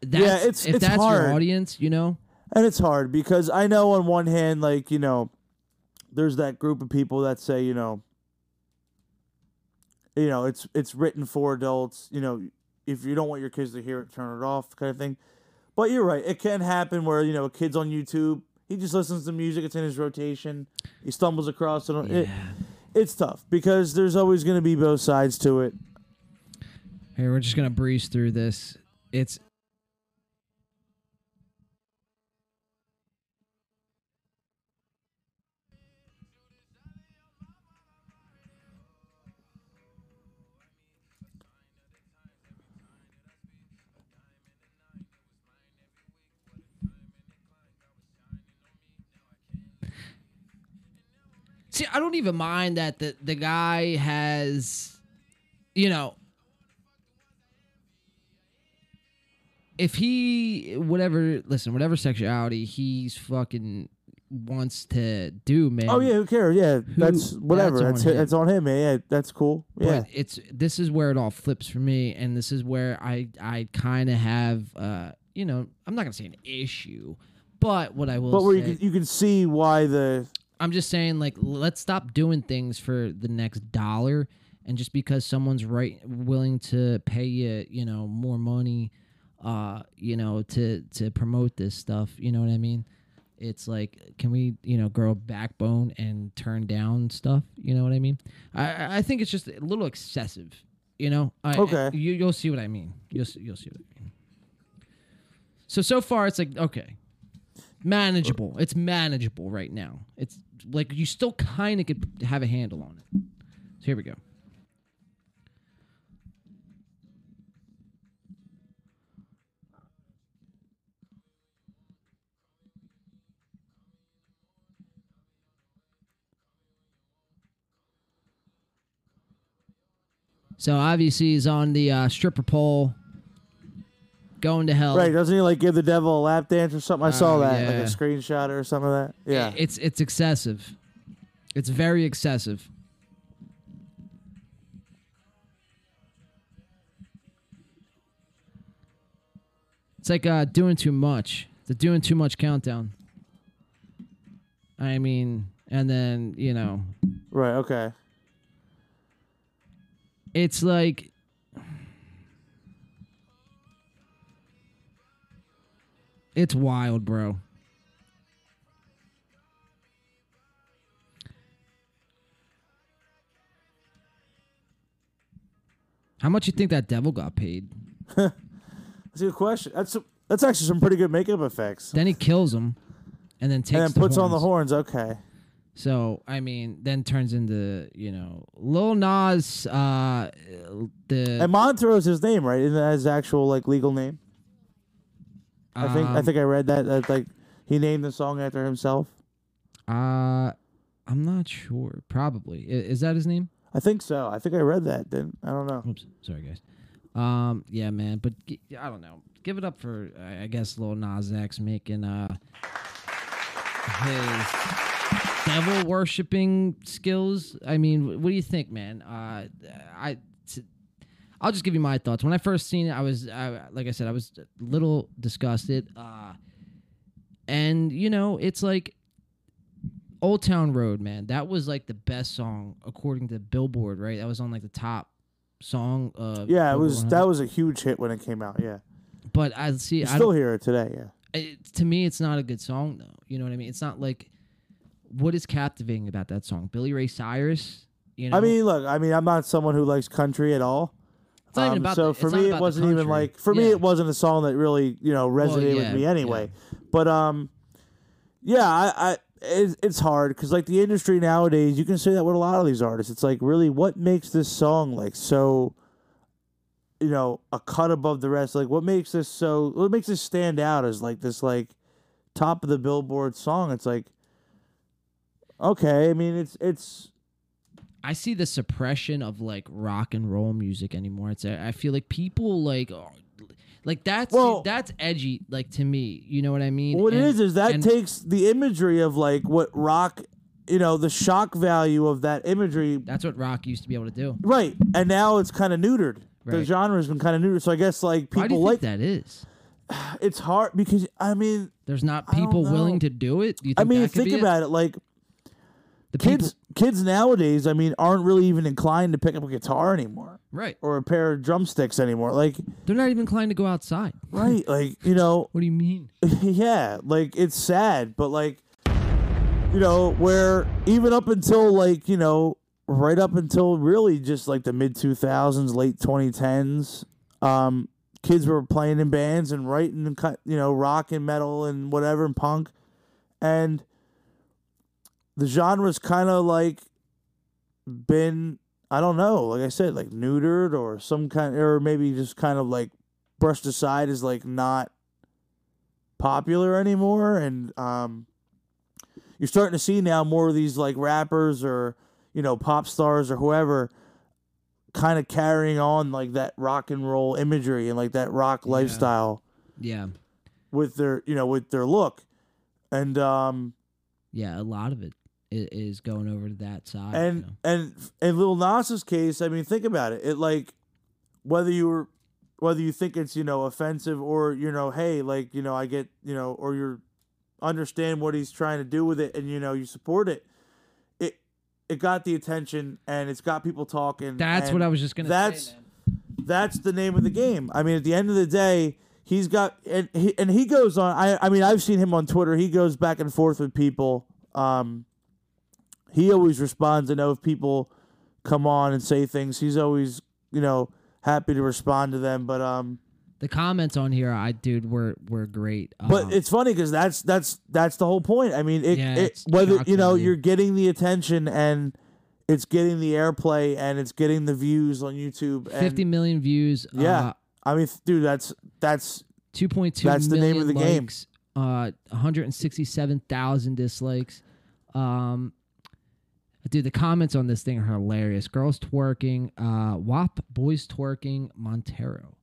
that's, it's- if it's that's hard. your audience, you know. And it's hard because I know on one hand, like, you know, there's that group of people that say, you know, you know, it's it's written for adults, you know, if you don't want your kids to hear it, turn it off kind of thing. But you're right, it can happen where, you know, a kid's on YouTube, he just listens to music, it's in his rotation, he stumbles across it. it it's tough because there's always gonna be both sides to it. Hey, we're just gonna breeze through this. It's See, I don't even mind that the, the guy has, you know, if he, whatever, listen, whatever sexuality he's fucking wants to do, man. Oh yeah, who cares? Yeah, that's whatever. That's that's that's on him. on, that's on him, man. Yeah, that's cool. Yeah. But it's this is where it all flips for me, and this is where I I kind of have uh you know I'm not gonna say an issue, but what I will But where you say can, you can see why the I'm just saying, like, let's stop doing things for the next dollar, and just because someone's right willing to pay you, you know, more money, uh, you know, to to promote this stuff, you know what I mean? It's like, can we, you know, grow a backbone and turn down stuff? You know what I mean? I- I I think it's just a little excessive, you know. I, Okay. you you'll see what I mean. You'll see- you'll see what I mean. So so far, it's like okay manageable. It's manageable right now. It's like you still kind of could have a handle on it. So here we go. So obviously he's on the uh, stripper pole, going to hell. Right, doesn't he like give the devil a lap dance or something? I saw Oh, that, like yeah. a screenshot or some of that. Yeah. It's it's excessive. It's very excessive. It's like uh, doing too much. The doing too much countdown. I mean, and then you know, right, okay. it's like it's wild bro how much you think that devil got paid That's a good question. That's that's actually some pretty good makeup effects. then he kills him and then takes and then the puts on the horns. horns, okay. So I mean, then turns into you know Lil Nas, uh, the And Montero's his name, right? Isn't that his actual like legal name? I think I um, think I read that that like he named the song after himself. Uh, I'm not sure. Probably I- is that his name? I think so. I think I read that, didn't I don't know. Oops, sorry guys. Um, yeah, man, but g- I don't know. Give it up for I I guess Lil Nas X making uh his devil worshipping skills. I mean, wh- what do you think, man? Uh, I. t- I'll just give you my thoughts. When I first seen it, I was, I, like I said, I was a little disgusted. Uh, and you know, it's like Old Town Road, man. That was like the best song according to Billboard, right? That was on like the top song. Of Yeah, it Billboard was 100. that was a huge hit when it came out, yeah. But I see. You I still don't- hear it today, yeah. it, to me, it's not a good song though. You know what I mean? It's not like what is captivating about that song? Billy Ray Cyrus. You know, I mean, look, I mean, I'm not someone who likes country at all. It's not even about um, so the- for it's not me, about it the wasn't even country. like for me, Yeah. it wasn't a song that really you know resonated yeah, with me yeah. anyway. But um, yeah, I, I it's, it's hard because like the industry nowadays, you can say that with a lot of these artists. It's like really what makes this song like so, you know, a cut above the rest. Like what makes this so? What makes this stand out as like this like top of the Billboard song? It's like okay, I mean, it's it's I see the suppression of like rock and roll music anymore. It's I feel like people like are- like that's Well- that's edgy like to me. You know what I mean? What And- it is is that and- takes the imagery of like what rock you know the shock value of that imagery That's what rock used to be able to do. right and now it's kind of neutered the Right. genre's been kind of neutered so i guess like Why do people you like think that is? it's hard because i mean There's not don't people willing know. to do it. Do you i think mean that could think be it? about it like The kids kids nowadays i mean aren't really even inclined to pick up a guitar anymore right? or a pair of drumsticks anymore like They're not even inclined to go outside. right like you know What do you mean? [laughs] yeah, like it's sad, but like you know, where even up until like, you know, right up until really just like the mid 2000s, late 2010s, um kids were playing in bands and writing and cut, you know, rock and metal and whatever and punk and the genre's kind of like been I don't know, like I said, like neutered or some kind or maybe just kind of like brushed aside as like not popular anymore and um you're starting to see now more of these like rappers or you know pop stars or whoever kind of carrying on like that rock and roll imagery and like that rock lifestyle Yeah, with their you know with their look and um yeah. A lot of it i- is going over to that side. you and know. and in Lil Nas's case, I mean, think about it. It like whether you were whether you think it's you know offensive or you know, hey, like you know, I get you know, or you understand what he's trying to do with it, and you know, you support it. It it got the attention, and it's got people talking. that's and what I was just gonna. That's say, man. that's the name of the game. I mean, at the end of the day, he's got and he and he goes on. I I mean, I've seen him on Twitter. He goes back and forth with people. Um, he always responds. I know if people come on and say things, he's always you know happy to respond to them. But um, the comments on here, I dude, were were great. but Um, it's funny because that's that's that's the whole point. I mean, it, Yeah, it it's whether you know shocking. you're getting the attention and it's getting the airplay and it's getting the views on YouTube. And, fifty million views. Yeah. uh, I mean, dude, that's that's Two point two. That's the name of the game. likes, game. Uh, one hundred and sixty-seven thousand dislikes. Um, dude, the comments on this thing are hilarious. Girls twerking, uh, WAP boys twerking, Montero.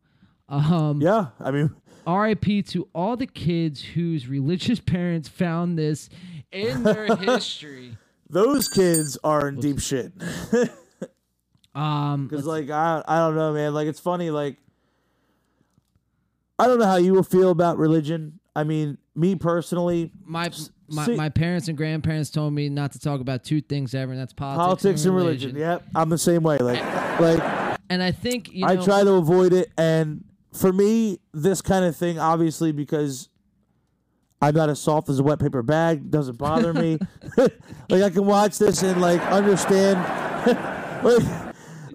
Um, yeah. I mean, R.I.P. to all the kids whose religious [laughs] parents found this in [laughs] their history. those kids are in deep shit. [laughs] Um, Because like I I don't know, man. Like it's funny. Like I don't know how you will feel about religion. I mean, me personally, my my, see- my parents and grandparents told me not to talk about two things ever, and that's politics, politics and religion. Yep, I'm the same way. Like like And I think you know, I try to avoid it. And for me, this kind of thing, obviously, because I'm not as soft as a wet paper bag, doesn't [laughs] bother me. [laughs] like I can watch this and like understand. [laughs] like,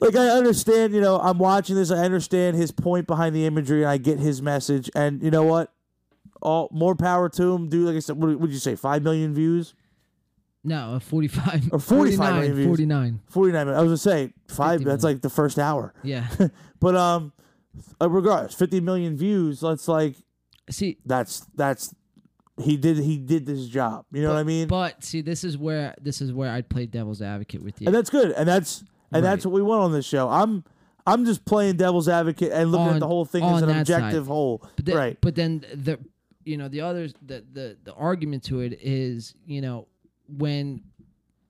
like I understand, you know, I'm watching this. I understand his point behind the imagery, and I get his message. And you know what? All more power to him. Do like I said. What would you say? Five million views no, a forty-five or 45 million 49, views. 49. forty nine. I was gonna say five. 50 That's million. like the first hour. Yeah. [laughs] [laughs] But um, uh, regardless, fifty million views. That's like see, that's that's he did he did this job. You know what I mean? but see, this is where this is where I'd play devil's advocate with you. and that's good. And that's and that's Right. what we want on this show. I'm I'm just playing devil's advocate and looking at On- the whole thing on as an that side. objective whole. But then, right. But then the you know the others the, the the argument to it is you know when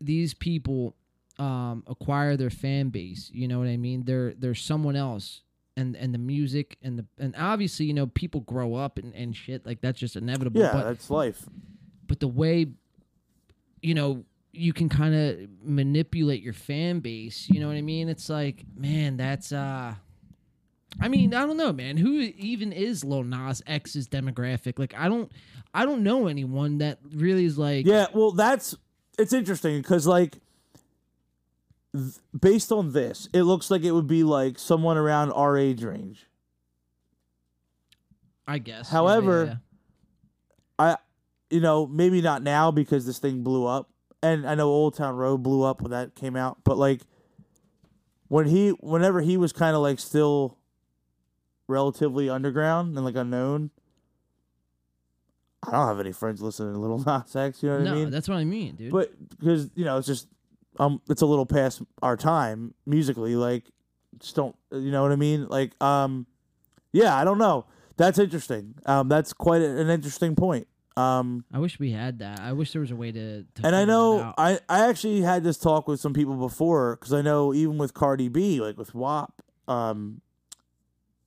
these people um, acquire their fan base, you know what I mean? They're they're someone else. And, and the music and the and obviously you know people grow up and, and shit like that's just inevitable. Yeah, but, that's life. but the way you know you can kind of manipulate your fan base you know what i mean it's like man that's uh i mean i don't know man who even is lil nas x's demographic like i don't i don't know anyone that really is like Yeah, well, that's it's interesting because like th- based on this, it looks like it would be like someone around our age range. i guess Yeah, However, yeah, yeah. I, you know, maybe not now because this thing blew up, and I know Old Town Road blew up when that came out, but like when he, whenever he was kind of like still relatively underground and like unknown, I don't have any friends listening to Little Nas X. You know what no I mean? that's what i mean dude but because you know it's just um it's a little past our time musically like just don't you know what i mean like um yeah i don't know that's interesting um that's quite a- an interesting point Um, I wish we had that. I wish there was a way to. to and I figure that know out. I, I actually had this talk with some people before because I know even with Cardi B, like with WAP, um,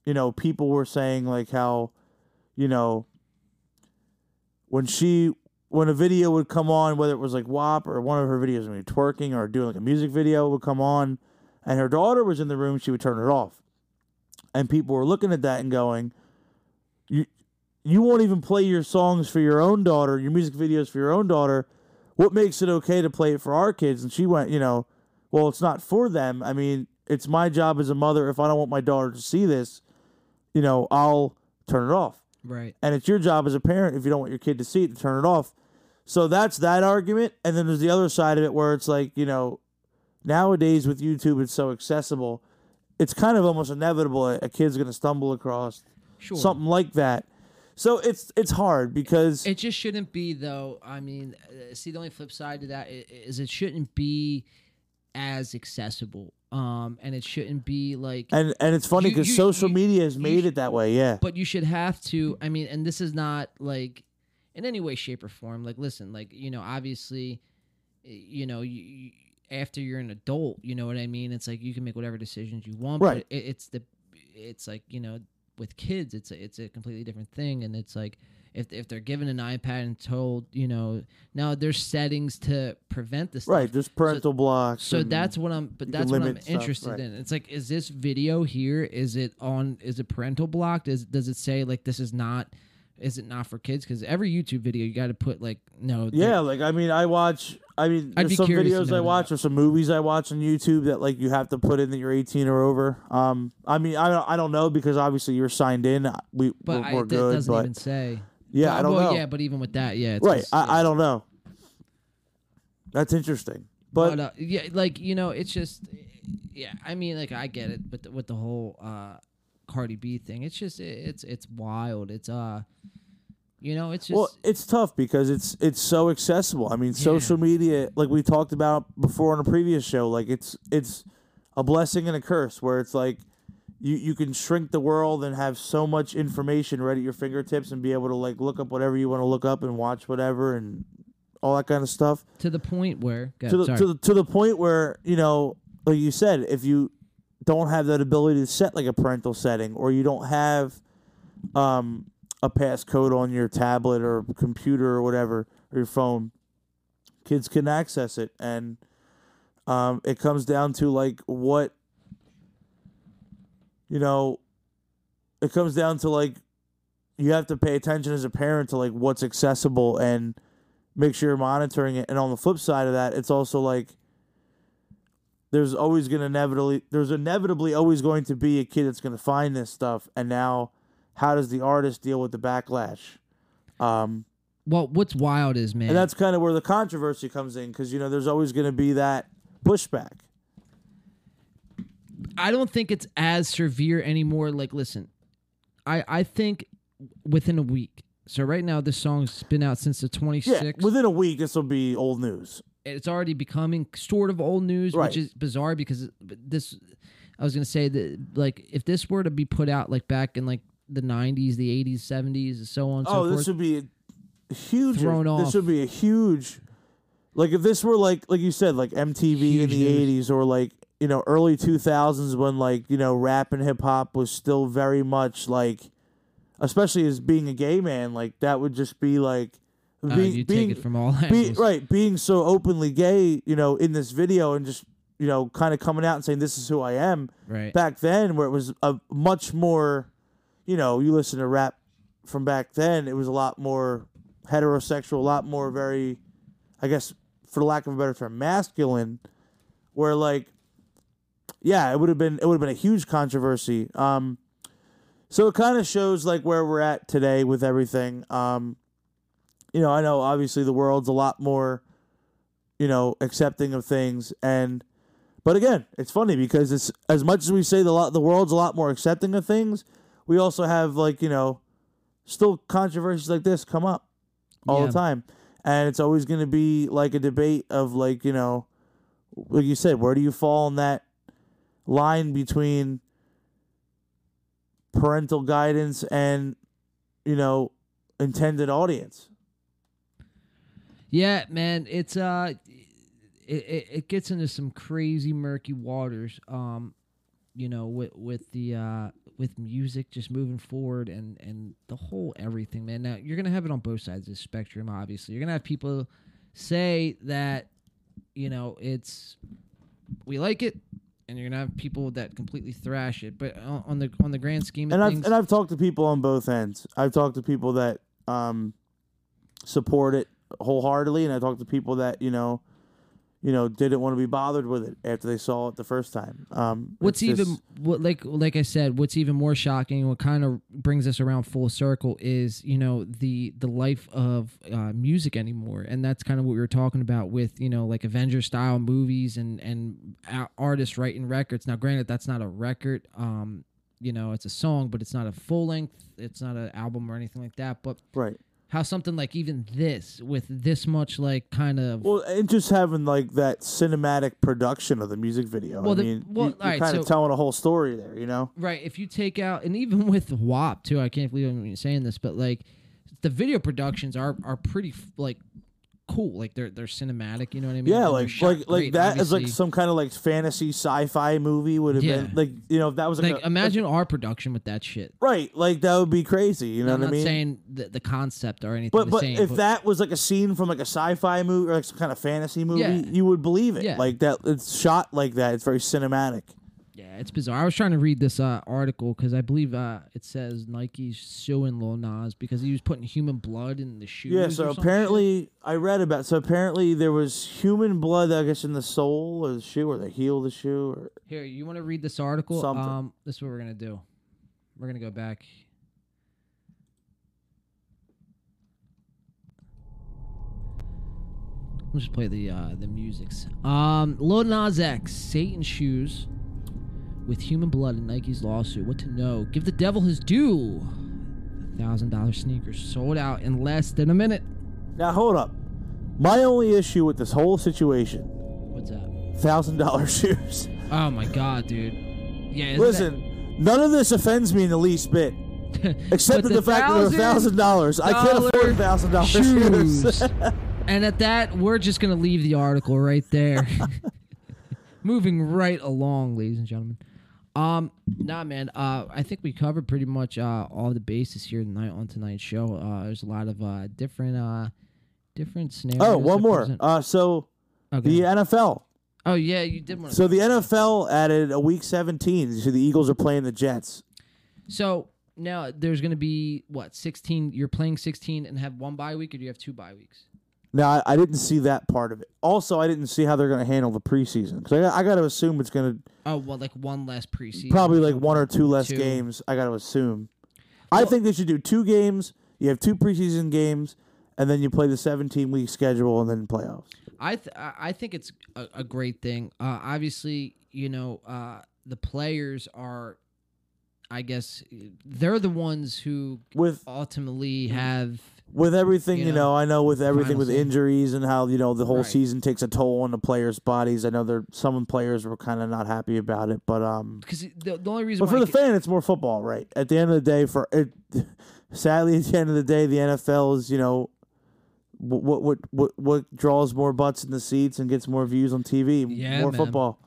you know, people were saying like how, you know, when she when a video would come on, whether it was like WAP or one of her videos, when you twerking or doing like a music video would come on, and her daughter was in the room, she would turn it off, and people were looking at that and going, you. You won't even play your songs for your own daughter, your music videos for your own daughter what makes it okay to play it for our kids? And she went, you know, well, it's not for them. I mean, it's my job as a mother. If I don't want my daughter to see this, you know, I'll turn it off. Right. And it's your job as a parent, if you don't want your kid to see it, to turn it off. So that's that argument. And then there's the other side of it where it's like, you know, nowadays with YouTube, it's so accessible. It's kind of almost inevitable a, a kid's going to stumble across Sure. something like that. So it's it's hard because It just shouldn't be though. I mean, uh, see, the only flip side to that i- is it shouldn't be as accessible. Um, and it shouldn't be like. and and it's funny You- because you- social you- media has made sh- it that way. Yeah. but you should have to. I mean, and this is not like in any way, shape, or form. Like, listen, like you know, obviously, y- you know, you, you- after you're an adult, you know what I mean. It's like you can make whatever decisions you want. Right. But it, it's the, it's like you know, with kids, it's a, it's a completely different thing, and it's like. If, if they're given an iPad and told, you know, now there's settings to prevent this. Right, there's parental blocks. So and- that's what I'm, but Mm-hmm. you can that's what I'm limit stuff, interested right. in. It's like, is this video here? Is it on? Is it parental blocked? Is does it say like this is not? Is it not for kids? Because every YouTube video you got to put like no. the- yeah, like I mean, I watch. I mean, I'd there's be some curious to videos know I watch that. or some movies I watch on YouTube that like you have to put in that you're 18 or over. Um, I mean, I don't, I don't know because obviously you're signed in. uh, We but we're, I, we're it good, doesn't but even say. yeah, Well, I don't well, know. Yeah, but even with that, yeah, it's right, just- uh, I, I don't know. That's interesting, but, But uh, yeah, like you know, it's just yeah. I mean, like I get it, but the, with the whole uh Cardi B thing, it's just it's it's wild. It's uh, you know, it's just well, it's tough because it's it's so accessible. I mean, social media, like we talked about before on a previous show, like it's it's a blessing and a curse where it's like you you can shrink the world and have so much information right at your fingertips and be able to like look up whatever you want to look up and watch whatever and all that kind of stuff to the point where go, to the, sorry. to the to the point where you know, like you said, if you don't have that ability to set like a parental setting, or you don't have um, a passcode on your tablet or computer or whatever or your phone, kids can access it, and um, it comes down to like what you know. It comes down to like you have to pay attention as a parent to like what's accessible and make sure you're monitoring it. And on the flip side of that, it's also like there's always going to inevitably there's inevitably always going to be a kid that's going to find this stuff. And now, how does the artist deal with the backlash? Um, well, what's wild is man. and that's kind of where the controversy comes in because you know there's always going to be that pushback. I don't think it's as severe anymore. Like, listen, I I think within a week. So right now, this song's been out since the twenty Yeah, sixth. within a week, this will be old news. it's already becoming sort of old news, Right. which is bizarre because this. I was gonna say that like if this were to be put out like back in like the nineties, the eighties, seventies, and so on. And oh, so this forth. would be a huge. Thrown this off. would be a huge. Like if this were like like you said like MTV in Huge the news. eighties or like you know early two thousands when like you know rap and hip hop was still very much like, especially as being a gay man like that would just be like. Uh, being- you being- take it from all be, angles. right being so openly gay you know in this video and just you know kind of coming out and saying this is who i am Right. back then where it was a much more you know you listen to rap from back then it was a lot more heterosexual a lot more very i guess for lack of a better term masculine where like yeah it would have been it would have been a huge controversy um so it kind of shows like where we're at today with everything um you know, I know obviously the world's a lot more, you know, accepting of things and but again, it's funny because it's as much as we say the lot the world's a lot more accepting of things, we also have like, you know, still controversies like this come up all Yeah. the time. And it's always going to be like a debate of like, you know, like you said, where do you fall on that line between parental guidance and, you know, intended audience? Yeah, man, it's uh, it, it, it gets into some crazy murky waters. Um, you know, with with the uh with music just moving forward and and the whole everything, man. Now you're gonna have it on both sides of the spectrum. Obviously, you're gonna have people say that you know it's we like it. And you're gonna have people that completely thrash it, but on on the on the grand scheme of and I've things, and I've talked to people on both ends. I've talked to people that um, support it wholeheartedly, and I talked to people that you know, you know, didn't want to be bothered with it after they saw it the first time. Um, what's it's even just- what like like I said, what's even more shocking, what kind of brings us around full circle is you know the the life of uh, music anymore, and that's kind of what we were talking about with you know like Avenger style movies and and a- artists writing records. Now, granted, that's not a record, um, you know, it's a song, but it's not a full length, it's not an album or anything like that. But right? how something like even this with this much like kind of Well, and just having like that cinematic production of the music video. Well, I the- mean, well, you, all right, are kind of so- telling a whole story there, you know. Right. If you take out, and even [laughs] with WAP too, I can't believe I'm even saying this, but like the video productions are are pretty f- like cool. Like they're they're cinematic. You know what I mean? And Yeah, they're like shot like like great, that is like obviously. some kind of like fantasy sci-fi movie would have Yeah. been like you know if that was like, like a- imagine our production with that shit. right like that would be crazy. You know I'm what I not mean? saying the, the concept or anything. But the but same, if that was like a scene from like a sci-fi movie or like some kind of fantasy movie, Yeah. you would believe it. Yeah. Like that, it's shot like that. It's very cinematic. yeah, it's bizarre. I was trying to read this uh, article because I believe uh, it says Nike's suing Lil Nas because he was putting human blood in the shoes. Yeah. or So some shit. apparently, I read about. So apparently, there was human blood. I guess in the sole or the shoe or the heel of the shoe. Or Here, you want to read this article? Something. Um, this is what we're gonna do. We're gonna go back. We'll just play the uh, the music's. Um, Lil Nas X, Satan shoes, with human blood in Nike's lawsuit. What to know? Give the devil his due. Thousand dollar sneakers sold out in less than a minute. now hold up. My only issue with this whole situation: What's up? thousand dollar [laughs] shoes. Oh my god, dude. Yeah. isn't that- Listen, none of this offends me in the [laughs] least bit. Except But for the, the fact that they're thousand dollars. I can't afford thousand $1,000 dollars [laughs] shoes. shoes. and at that, we're just going to leave the article right [laughs] there. Moving right along, ladies and gentlemen. Um, nah, man. Uh, I think we covered pretty much uh, all the bases here tonight on tonight's show. Uh, there's a lot of uh, different, uh, different scenarios. oh, one that more. present- Uh, so okay. the NFL. oh yeah, you did one. So, So the NFL added a week 17. So the Eagles are playing the Jets. so now there's going to be what 16? You're playing 16 and have one bye week, or do you have two bye weeks? Now I, I didn't see that part of it. Also, I didn't see how they're going to handle the preseason because I, got- I got to assume it's going to Oh well, like one less preseason. probably like one or two less Two. games. I got to assume. I think they should do two games. You have two preseason games, and then you play the 17 week schedule and then playoffs. I th- I I think it's a, a great thing. Uh, obviously, you know, uh, the players are, I guess, they're the ones who With ultimately Mm-hmm. have. with everything, You you, know, know, I know with everything final with season. injuries and how you know the whole Right. season takes a toll on the players' bodies. I know there some players were kind of not happy about it, but um, Because the, the only reason But for why I the ca- fan, it's more football, right? At the end of the day, for it, [laughs] sadly, at the end of the day, the NFL is you know wh- what what what what draws more butts in the seats and gets more views on TV, m- Yeah, more man. football.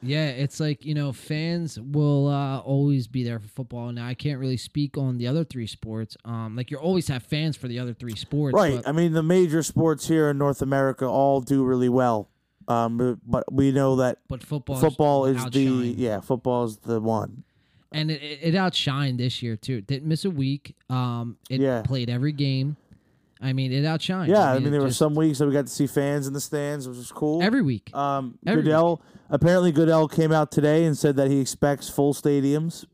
Yeah, it's like, you know, fans will uh, always be there for football. Now, I can't really speak on the other three sports. Um, Like, you always have fans for the other three sports. Right. uh, but- I mean, the major sports here in North America all do really well, um, but- but we know that But football, football is the yeah, football is the one. and it, it it outshined this year too. It Didn't miss a week. Um, it Yeah. played every game. I mean, it outshined. Yeah, I mean, it there were just- some weeks that we got to see fans in the stands, which was cool. every week. Um, Every Goodell apparently Goodell came out today and said that he expects full stadiums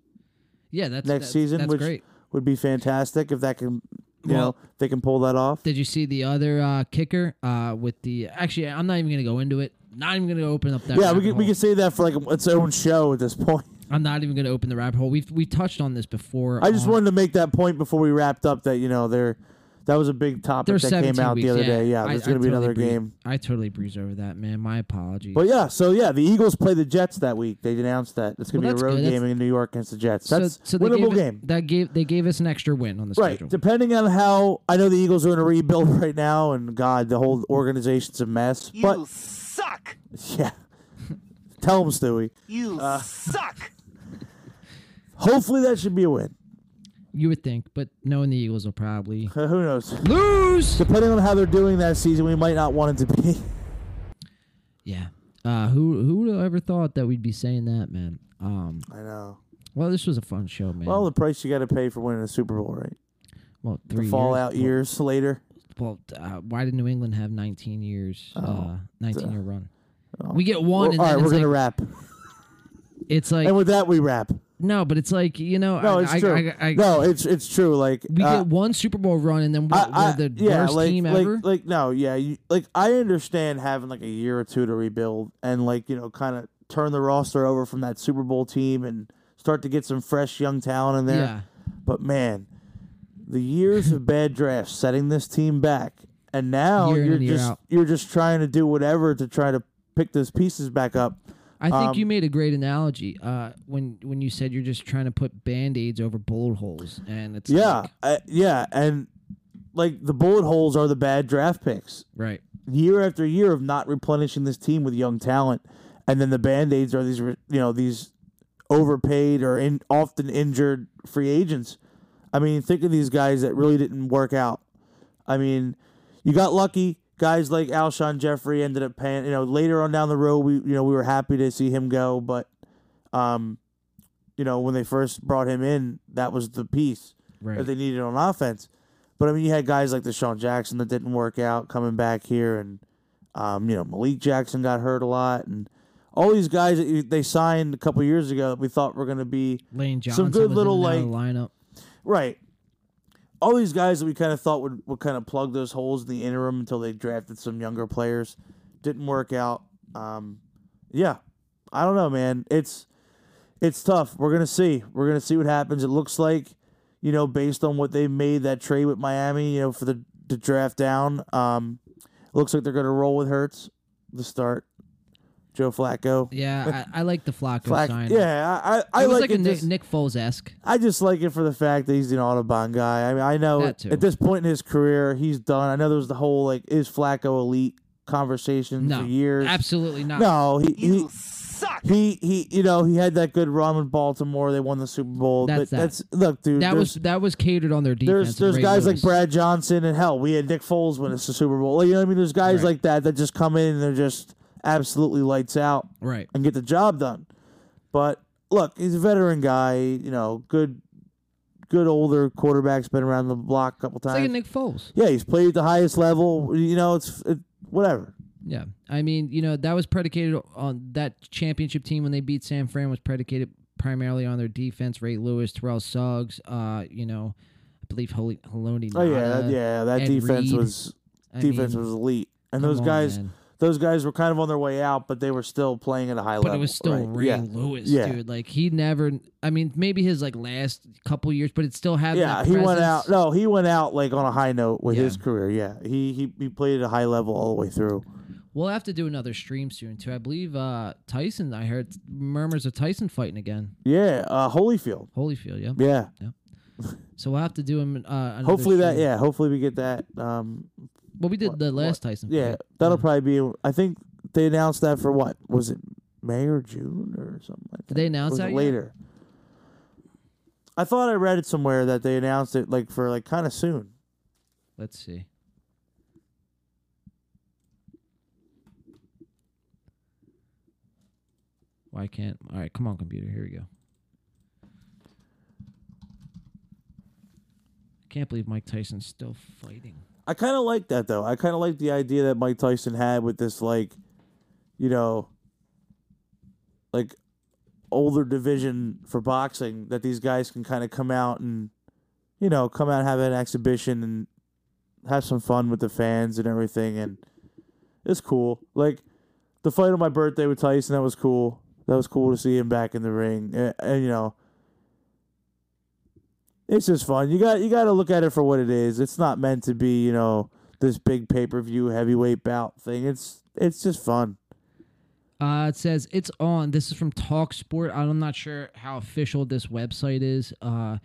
yeah, that's next that- season, That's which great. would be fantastic if that can, you Well- know, if they can pull that off. Did you see the other uh, kicker uh, with the? Actually, I'm not even gonna go into it. Not even gonna open up that. yeah, rabbit we could, we hole. could say that for like its own show at this point. [laughs] I'm not even gonna open the rabbit hole. We've we touched on this before. I just on- wanted to make that point before we wrapped up that you know they're That was a big topic There's that came 17 out weeks, the other yeah. day. Yeah, I- there's I going to totally be another breeze- game. I totally breeze over that, man. My apologies. But yeah, so yeah, the Eagles play the Jets that week. They announced that it's going to Well, that's be a road good. game That's- in New York against the Jets. That's they winnable gave it- game. that gave they gave us an extra win on the Right, schedule. depending on how I know the Eagles are in a rebuild [laughs] right now, and God, the whole organization's a mess. You But suck. [laughs] yeah, tell them, Stewie. You Uh. suck. Hopefully, that should be a win. you would think, but knowing the Eagles will probably Who knows? lose. Depending on how they're doing that season, we might not want it to be. Yeah. Uh, who who would have ever thought that we'd be saying that, man? Um, I know. well, this was a fun show, man. Well, the price you got to pay for winning a Super Bowl, right? Well, The three fallout years. years later. Well, uh, why did New England have 19 years? uh, 19 year run. Oh. We get Well, one, and all right, then we're it's gonna like, wrap, it's like and with that, we wrap. no, but it's like you know, No, I, it's I, true. I, I, no, it's it's true. Like we uh, get one Super Bowl run, and then we're, we're the yeah, worst like, team like, ever. Like no, yeah, you, like I understand having like a year or two to rebuild and like you know kind of turn the roster over from that Super Bowl team and start to get some fresh young talent in there. yeah, But man, the years of bad drafts setting this team back, and now Year in you're and year just out. you're just trying to do whatever to try to pick those pieces back up. I think Um, you made a great analogy uh, when when you said you're just trying to put band aids over bullet holes, and it's Yeah, like- uh, yeah, and like the bullet holes are the bad draft picks. right. year after year of not replenishing this team with young talent, and then the band aids are these you know these overpaid or in, often injured free agents. I mean, think of these guys that really didn't work out. I mean, you got lucky. Guys like Alshon Jeffrey ended up paying. You know, later on down the road, we you know we were happy to see him go, but um, you know when they first brought him in, that was the piece Right. that they needed on offense. But I mean, you had guys like Deshaun Jackson that didn't work out coming back here, and um, you know Malik Jackson got hurt a lot, and all these guys that you, they signed a couple years ago that we thought were going to be Lane Johnson Some good was little, in and out of the lineup. right. All these guys that we kind of thought would, would kind of plug those holes in the interim until they drafted some younger players didn't work out. Um, yeah, I don't know, man. It's it's tough. We're gonna see. We're gonna see what happens. It looks like, you know, based on what they made that trade with Miami, you know, for the, the draft down. Um, looks like they're gonna roll with Hertz to start. Joe Flacco. Yeah, I, I like the Flacco Flack- sign. yeah, I I, I it was like, like, it a Nick, just- Nick Foles esque. I just like it for the fact that he's an Autobahn guy. I mean, I know That too. at this point in his career, he's done. I know there was the whole like, is Flacco elite conversation No, for years. absolutely not. No, he, You he suck. he he. You know, he had that good run with Baltimore. They won the Super Bowl. That's but that. that's look, dude. that was there's, that was catered on their defense. there's and there's Ray guys Lewis. like Brad Johnson and hell, we had Nick Foles win us the Super Bowl. Like, you know what I mean? There's guys Right. like that that just come in and they're just absolutely lights out Right. and get the job done. But look, he's a veteran guy, you know, good good older quarterback's been around the block a couple It's like a times. Nick Foles. yeah, he's played at the highest level, you know, it's it, whatever. Yeah. I mean, you know, that was predicated on that championship team when they beat San Fran was predicated primarily on their defense, Ray Lewis, Terrell Suggs, uh, you know, I believe Holy Haloni. Oh yeah, that, yeah, that Ed defense Reed. was defense was elite. And those guys those guys were kind of on their way out, but they were still playing at a high But level. it was still right? Ray yeah. Lewis, Yeah. dude. Like he never I mean, maybe his like last couple years, but it still had Yeah, that he went presence. out. No, he went out like on a high note with Yeah. his career. Yeah, he, he he played at a high level all the way through. We'll have to do another stream soon too. I believe uh Tyson I heard murmurs of Tyson fighting again. Yeah, uh, Holyfield. Holyfield, yeah. Yeah, So we'll have to do him uh another hopefully that stream. yeah hopefully we get that um Well, we did the last Tyson. yeah fight. that'll probably be i think they announced that for what was it may or june or something like that Did they announce Was it that yet? later i thought i read it somewhere that they announced it like for like kind of soon Let's see. Why can't? All right, come on, computer. Here we go. Can't believe Mike Tyson's still fighting. i kind of like that though i kind of like the idea that mike tyson had with this like you know like older division for boxing that these guys can kind of come out and you know come out and have an exhibition and have some fun with the fans and everything and it's cool like the fight on my birthday with tyson that was eh, cool that was cool to see him back in the ring and, and you know it's just fun. You got you got to look at it for what it is. It's not meant to be, you know, this big pay per view heavyweight bout thing. It's it's just fun. Uh, it says it's on. This is from Talksport. I'm not sure how official this website is. Uh,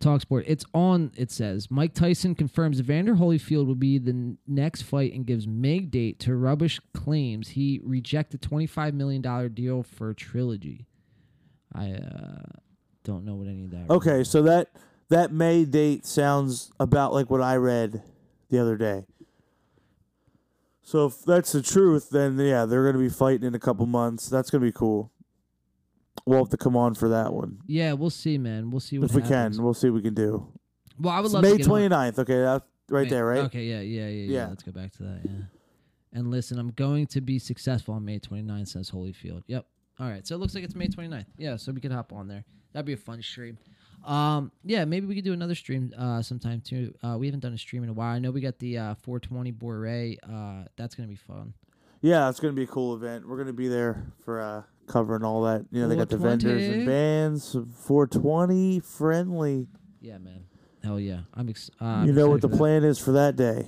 Talksport. It's on. It says Mike Tyson confirms Vander Holyfield will be the n- next fight and gives Meg date to rubbish claims he rejected 25 million dollar deal for trilogy. I uh, don't know what any of that. Okay, so that that May date sounds about like what I read the other day. So if that's the truth, then yeah, they're gonna be fighting in a couple months. That's gonna be cool. We'll have to come on for that one Yeah, we'll see, man. We'll see what if we happens. can. We'll see what we can do. Well, I would It's love May to get on- 29th. Okay, that's right Wait, there, right? Okay, yeah, yeah, yeah, yeah. Yeah. Let's go back to that. Yeah. And listen, I'm going to be successful on May 29th, says Holyfield. Yep. All right. So it looks like it's May 29th. Yeah. So we could hop on there. That'd be a fun stream. Um. Yeah. Maybe we could do another stream uh sometime too. Uh, we haven't done a stream in a while. I know we got the uh 420 Bore. Uh, that's gonna be fun. Yeah, it's gonna be a cool event. We're gonna be there for uh, covering all that. You know, they got the vendors 420. and bands, 420 friendly. Yeah, man. Hell yeah. I'm. Ex- uh, I'm you know what the excited for that. plan is for that day?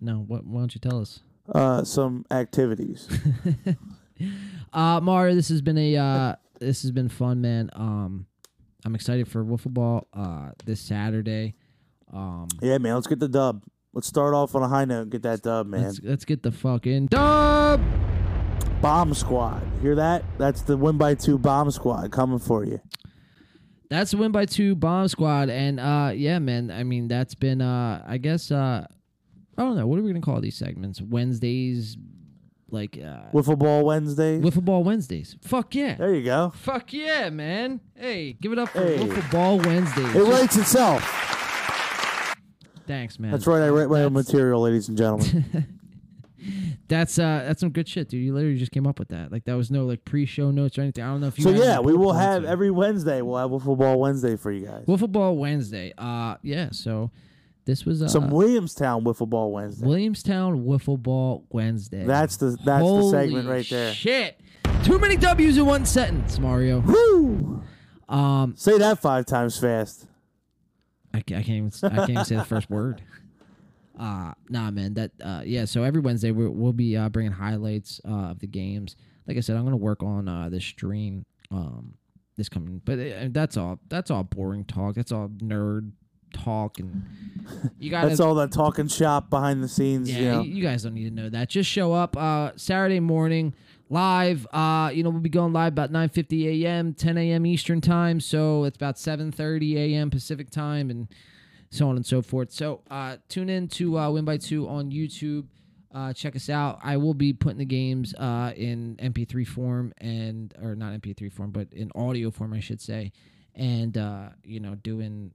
No. What? Why don't you tell us? Uh, some [laughs] activities. Uh, Mario, this has been a uh, this has been fun, man. Um, I'm excited for wiffle ball uh this Saturday. Um, yeah, man, let's get the dub. Let's start off on a high note and get that dub, man. let's let's get the fucking dub. Bomb squad. Hear that? That's the win by two bomb squad coming for you. That's a win by two, bomb squad, and uh, yeah, man. I mean, that's been uh, I guess uh, I don't know what are we gonna call these segments? Wednesdays, like uh, Wiffle ball Wednesday. wiffle ball Wednesdays. Fuck yeah, there you go. fuck yeah, man. Hey, give it up for Hey. wiffle ball Wednesdays. It writes itself. Thanks, man. That's right. I write my own material, ladies and gentlemen. [laughs] That's uh that's some good shit, dude. You literally just came up with that. Like that was no like pre-show notes or anything. I don't know if you. so had yeah, any we will bullet points have or- every Wednesday. We'll have wiffle ball Wednesday for you guys. Well, football Wednesday. Uh yeah. So this was uh, Some Williamstown wiffle ball Wednesday. Williamstown Wiffle Ball Wednesday. That's the that's Holy the segment right there. Shit. Too many W's in one sentence, Mario. Woo! Um, Say that five times fast. I can't, I can't even I can't even say the first [laughs] word. Uh nah, man. That uh yeah. So every Wednesday we're, we'll be uh, bringing highlights uh, of the games. Like I said, I'm gonna work on uh the stream um this coming, but uh, that's all. That's all boring talk. That's all nerd talk, and [laughs] you gotta. That's all that talking shop behind the scenes. yeah, you know. you- you guys don't need to know that. Just show up uh Saturday morning live. Uh, you know we'll be going live about 9:50 a.m., 10 a.m. Eastern time. So it's about 7:30 a.m. Pacific time, and so on and so forth. So uh, tune in to uh, Win by Two on YouTube. Uh, check us out. I will be putting the games uh, in MP3 form and or not MP3 form, but in audio form, I should say. And uh, you know, doing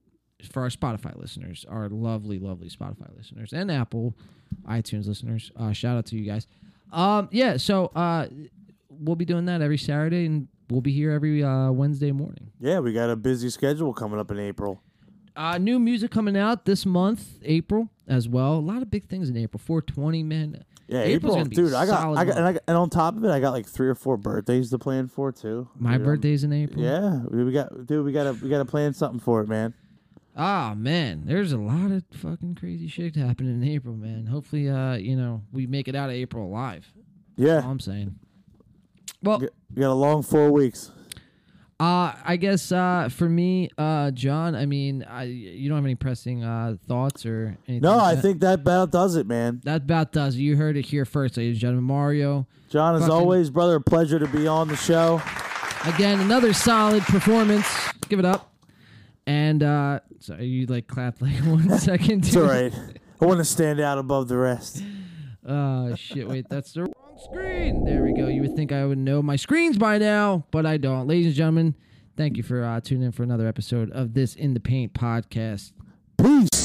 for our Spotify listeners, our lovely, lovely Spotify listeners and Apple iTunes listeners. Uh, shout out to you guys. Um, yeah. So uh, we'll be doing that every Saturday, and we'll be here every uh, Wednesday morning. Yeah, we got a busy schedule coming up in April. Uh, new music coming out this month, April as well. A lot of big things in April. 420, man. Yeah, April's April, gonna be dude. I got, solid I got, and, month. I got, and on top of it, I got like three or four birthdays to plan for too. my Dude, I'm- birthday's in April. um, Yeah, we we got, dude. We gotta, we gotta plan something for it, man. Ah man, there's a lot of fucking crazy shit happening in April, man. Hopefully, uh, you know, we make it out of April alive. All Yeah, I'm saying. Well, we got a long four weeks. uh, I guess uh, for me, uh, John, I mean, I you don't have any pressing uh thoughts or anything. No, like I that? think that about does it, man. that about does. it. You heard it here first, ladies and gentlemen. Mario. John, as Fucking- always, brother, a pleasure to be on the show. Again, another solid performance. Give it up. And uh sorry, you like clapped like [laughs] one second. It's all right. I want to stand out above the rest. Uh shit, wait, that's the wrong screen. There we go. You would think I would know my screens by now, but I don't. Ladies and gentlemen, thank you for uh, tuning in for another episode of this In the Paint podcast. Peace.